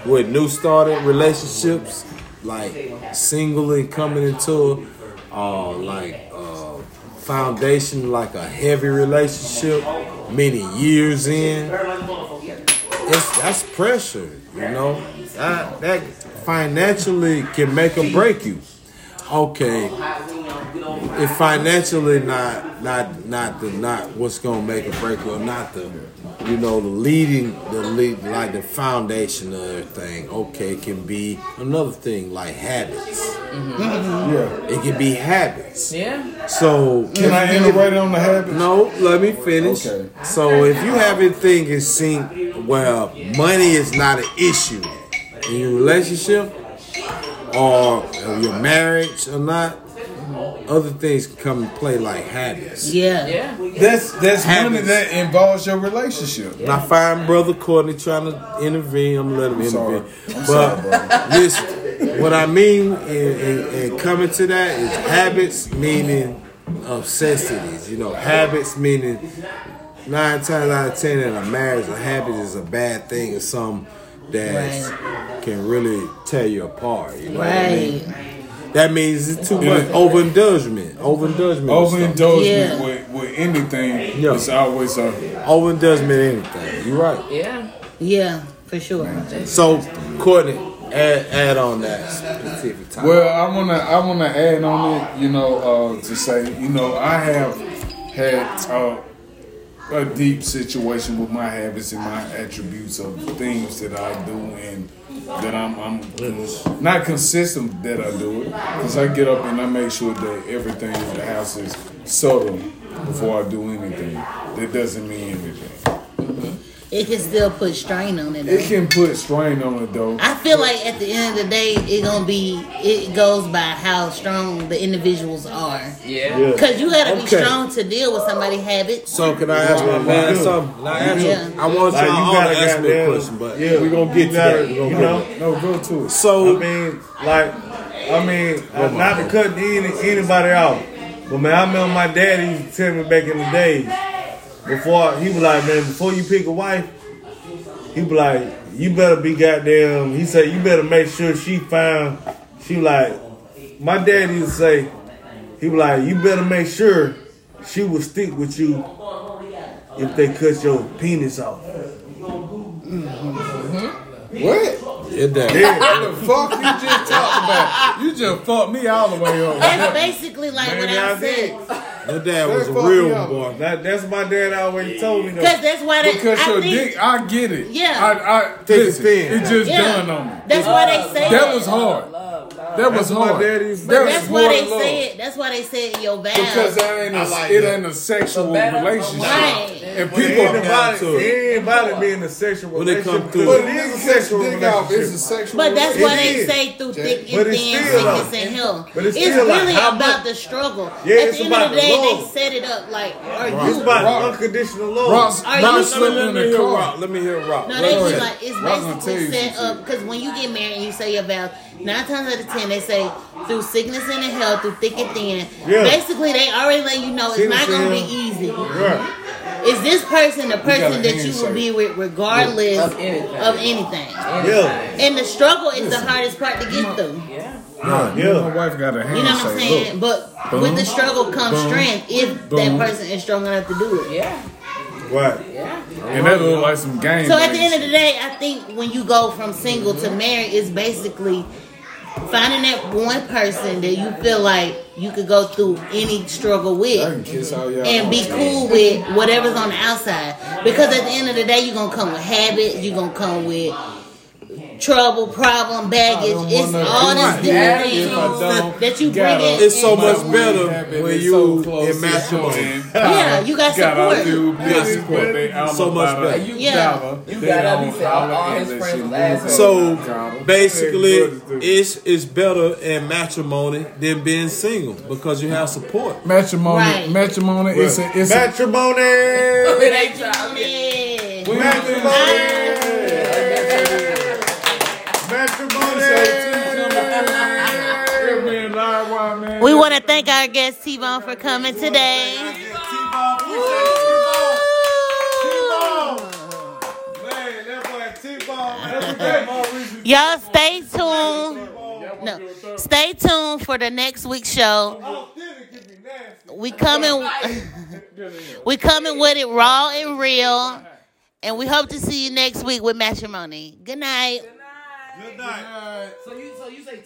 [SPEAKER 5] with new started relationships, like single and coming into it, uh, like uh, foundation, like a heavy relationship, many years in it's, that's pressure, you know. That, that financially can make or break you. Okay, if financially not not not the not what's gonna make or break you, or not the you know the leading the lead like the foundation of everything. Okay, can be another thing like habits.
[SPEAKER 4] Yeah.
[SPEAKER 5] It can be habits.
[SPEAKER 2] Yeah.
[SPEAKER 5] So
[SPEAKER 4] Can I iterate on the habit?
[SPEAKER 5] no, let me finish.
[SPEAKER 4] Okay.
[SPEAKER 5] So if you have anything in sync, well, money is not an issue in your relationship or your marriage or not. other things can come and play like habits.
[SPEAKER 3] Yeah.
[SPEAKER 2] Yeah.
[SPEAKER 4] That's that's money
[SPEAKER 5] Habits.
[SPEAKER 4] that involves your relationship.
[SPEAKER 5] My fine brother Courtney trying to intervene. I'm gonna let him
[SPEAKER 4] sorry.
[SPEAKER 5] intervene. but listen, what I mean in, in, in coming to that is habits meaning obsessives. You know, habits meaning nine times out of ten in a marriage, a habit is a bad thing or something that can really tear you apart. You know what I mean?
[SPEAKER 3] Right.
[SPEAKER 5] That means it's too much overindulgement. Overindulgement. of stuff.
[SPEAKER 4] Overindulging
[SPEAKER 3] Yeah.
[SPEAKER 4] with, with anything
[SPEAKER 5] Yeah.
[SPEAKER 4] it's always a
[SPEAKER 5] Overindulgement anything. You're right.
[SPEAKER 2] Yeah.
[SPEAKER 3] Yeah, for sure.
[SPEAKER 5] So, Courtney, add, add on that specific topic.
[SPEAKER 4] well I wanna I wanna add on it, you know, uh, to say, you know, I have had uh, a deep situation with my habits and my attributes of things that I do and that I'm, I'm not consistent that I do it because I get up and I make sure that everything in the house is subtle before I do anything. That doesn't mean anything.
[SPEAKER 3] It can still put strain on it. though.
[SPEAKER 4] It can put strain on it though.
[SPEAKER 3] I feel like at the end of the day, it gonna be it goes by how strong the individuals are.
[SPEAKER 2] Yeah.
[SPEAKER 3] Cause you gotta be
[SPEAKER 5] Okay.
[SPEAKER 3] strong to deal with somebody's habits.
[SPEAKER 5] so, can I ask my man something? Can I, ask you-
[SPEAKER 3] Yeah.
[SPEAKER 5] I want
[SPEAKER 1] Like,
[SPEAKER 5] y'all
[SPEAKER 1] you
[SPEAKER 5] all
[SPEAKER 1] gotta
[SPEAKER 5] to ask me a
[SPEAKER 1] goddamn-
[SPEAKER 5] question, but
[SPEAKER 1] yeah,
[SPEAKER 5] we're going to get to that. We
[SPEAKER 1] You
[SPEAKER 5] gonna get
[SPEAKER 1] know,
[SPEAKER 4] No, go to it.
[SPEAKER 1] I
[SPEAKER 5] So,
[SPEAKER 1] mean, like, I mean, uh, not to cut any, anybody off, but man, I remember my daddy used to tell me back in the days. Before he was like, man, before you pick a wife, he was like, you better be goddamn. He said you better make sure she found. She like, my daddy used to say, he was like, you better make sure she will stick with you if they cut your penis off.
[SPEAKER 4] What?
[SPEAKER 5] yeah, that.
[SPEAKER 1] Yeah.
[SPEAKER 4] What the fuck you just talked about? You just fucked me all the way over.
[SPEAKER 3] That's basically like
[SPEAKER 1] Maybe
[SPEAKER 3] what
[SPEAKER 1] I
[SPEAKER 3] I
[SPEAKER 1] did.
[SPEAKER 3] said.
[SPEAKER 5] Your dad was a
[SPEAKER 4] fucked me
[SPEAKER 5] real
[SPEAKER 4] up.
[SPEAKER 5] boy.
[SPEAKER 1] That, that's what my dad always told me though.
[SPEAKER 3] Cause that's why they.
[SPEAKER 4] Because
[SPEAKER 3] I
[SPEAKER 4] your
[SPEAKER 3] think,
[SPEAKER 4] dick, I get it.
[SPEAKER 3] Yeah.
[SPEAKER 4] I, I
[SPEAKER 5] Take
[SPEAKER 4] listen,
[SPEAKER 5] it thin.
[SPEAKER 4] It just
[SPEAKER 3] Yeah.
[SPEAKER 4] done on me.
[SPEAKER 3] That's why they say
[SPEAKER 4] That
[SPEAKER 3] it.
[SPEAKER 4] was hard. That was
[SPEAKER 1] That's what
[SPEAKER 4] hard.
[SPEAKER 1] my daddy used to
[SPEAKER 4] That
[SPEAKER 1] say.
[SPEAKER 4] was
[SPEAKER 3] That's why they
[SPEAKER 4] more love.
[SPEAKER 3] say it. That's why they say it in your vows.
[SPEAKER 4] Because that ain't a, it ain't a sexual
[SPEAKER 2] better, the
[SPEAKER 4] relationship.
[SPEAKER 3] worse.
[SPEAKER 4] And
[SPEAKER 5] come
[SPEAKER 4] people
[SPEAKER 5] down to
[SPEAKER 1] Everybody,
[SPEAKER 5] it.
[SPEAKER 1] everybody being a sexual
[SPEAKER 5] When they
[SPEAKER 1] relationship.
[SPEAKER 5] come through.
[SPEAKER 1] But it is a sexual relationship.
[SPEAKER 4] sexual
[SPEAKER 3] But that's why
[SPEAKER 1] It
[SPEAKER 3] they
[SPEAKER 1] is.
[SPEAKER 3] say through thick and
[SPEAKER 1] But it's
[SPEAKER 3] thin,
[SPEAKER 1] still
[SPEAKER 3] sickness
[SPEAKER 1] like-
[SPEAKER 3] and health.
[SPEAKER 1] but it's
[SPEAKER 3] It's,
[SPEAKER 1] still like
[SPEAKER 3] really
[SPEAKER 1] how
[SPEAKER 3] about
[SPEAKER 1] much-
[SPEAKER 3] the struggle.
[SPEAKER 1] Yeah,
[SPEAKER 3] At
[SPEAKER 1] it's
[SPEAKER 3] the end of
[SPEAKER 1] about
[SPEAKER 3] the
[SPEAKER 1] the
[SPEAKER 3] day,
[SPEAKER 1] love.
[SPEAKER 3] they set it up like, are
[SPEAKER 1] It's
[SPEAKER 3] you?
[SPEAKER 1] about
[SPEAKER 4] Rock.
[SPEAKER 1] unconditional love.
[SPEAKER 4] Ross,
[SPEAKER 3] Are
[SPEAKER 4] Ross
[SPEAKER 3] you-
[SPEAKER 4] slept in
[SPEAKER 5] Let me
[SPEAKER 4] the
[SPEAKER 5] hear
[SPEAKER 4] car.
[SPEAKER 5] Rock. Let me hear Rock.
[SPEAKER 3] No, they
[SPEAKER 4] Right.
[SPEAKER 3] just like it's
[SPEAKER 4] Right. I'm gonna tell
[SPEAKER 3] basically
[SPEAKER 4] you
[SPEAKER 3] set
[SPEAKER 4] some
[SPEAKER 3] up because when you get married and you say your vows, nine times out of ten they say through sickness and in health, through thick and thin.
[SPEAKER 1] Yeah.
[SPEAKER 3] Basically, they already let you know it's
[SPEAKER 1] Sickness
[SPEAKER 3] not gonna
[SPEAKER 1] and
[SPEAKER 3] be
[SPEAKER 1] health.
[SPEAKER 3] easy.
[SPEAKER 1] Right.
[SPEAKER 3] Is this person the person that you will
[SPEAKER 4] handshake.
[SPEAKER 3] be with regardless
[SPEAKER 2] Of anything.
[SPEAKER 3] of anything?
[SPEAKER 1] Yeah.
[SPEAKER 3] And the struggle is the hardest part to get through.
[SPEAKER 2] Yeah.
[SPEAKER 4] Nah,
[SPEAKER 1] Yeah.
[SPEAKER 4] My wife got a handshake.
[SPEAKER 3] You know what I'm saying?
[SPEAKER 4] Look,
[SPEAKER 3] but
[SPEAKER 4] Boom.
[SPEAKER 3] with the struggle comes
[SPEAKER 4] Boom.
[SPEAKER 3] strength if
[SPEAKER 4] Boom.
[SPEAKER 3] that person is strong enough to do it.
[SPEAKER 2] Yeah.
[SPEAKER 1] Right.
[SPEAKER 4] and that look like some game.
[SPEAKER 3] So at the
[SPEAKER 4] bang
[SPEAKER 3] end of
[SPEAKER 4] shit.
[SPEAKER 3] the day, I think when you go from single to married, it's basically finding that one person that you feel like you could go through any struggle
[SPEAKER 4] I can
[SPEAKER 3] with
[SPEAKER 4] kiss all y'all.
[SPEAKER 3] and be cool with whatever's on the outside. Because at the end of the day, you're gonna come with habit, you're gonna come with trouble, problem,
[SPEAKER 4] I don't
[SPEAKER 3] baggage. It's
[SPEAKER 4] wanna
[SPEAKER 3] all
[SPEAKER 4] do
[SPEAKER 3] this
[SPEAKER 4] it.
[SPEAKER 3] different
[SPEAKER 4] If I
[SPEAKER 3] things
[SPEAKER 4] don't,
[SPEAKER 3] that you bring
[SPEAKER 4] gotta-
[SPEAKER 3] in.
[SPEAKER 5] It's so
[SPEAKER 3] into
[SPEAKER 5] much
[SPEAKER 3] one.
[SPEAKER 5] better
[SPEAKER 4] Habit
[SPEAKER 5] when
[SPEAKER 4] is
[SPEAKER 5] you
[SPEAKER 4] so
[SPEAKER 5] in
[SPEAKER 4] close to
[SPEAKER 5] matrimony.
[SPEAKER 4] joining.
[SPEAKER 3] Yeah, you got
[SPEAKER 4] Got our
[SPEAKER 3] support.
[SPEAKER 4] new business support. They alma
[SPEAKER 5] So much
[SPEAKER 4] mater.
[SPEAKER 5] better.
[SPEAKER 2] You
[SPEAKER 3] Yeah.
[SPEAKER 4] Dollar.
[SPEAKER 2] You
[SPEAKER 4] They
[SPEAKER 2] gotta
[SPEAKER 4] own
[SPEAKER 2] be saying all
[SPEAKER 4] dollar
[SPEAKER 2] his
[SPEAKER 4] and
[SPEAKER 2] friends was
[SPEAKER 4] that shit.
[SPEAKER 2] assholes.
[SPEAKER 1] Oh,
[SPEAKER 5] So basically,
[SPEAKER 4] Hey, good.
[SPEAKER 5] it's it's better in matrimony than being single because you have support.
[SPEAKER 4] matrimony,
[SPEAKER 3] Right.
[SPEAKER 4] matrimony. It's a, it's a,
[SPEAKER 1] Matrimony.
[SPEAKER 2] It ain't y'all.
[SPEAKER 3] Yeah.
[SPEAKER 1] Matrimony. Matrimony.
[SPEAKER 3] We want to thank our guest T Bone for coming today.
[SPEAKER 1] T-Bone, appreciate you, T-Bone. Man, that boy T-Bone, every day more reason
[SPEAKER 3] Y'all stay tuned.
[SPEAKER 1] T-Bone.
[SPEAKER 3] No, stay tuned for the next week's show.
[SPEAKER 1] Oh, did it give me nasty.
[SPEAKER 3] We coming, we coming with it raw and real, and we hope to see you next week with matrimony. Good night.
[SPEAKER 1] Good night.
[SPEAKER 2] So you so you say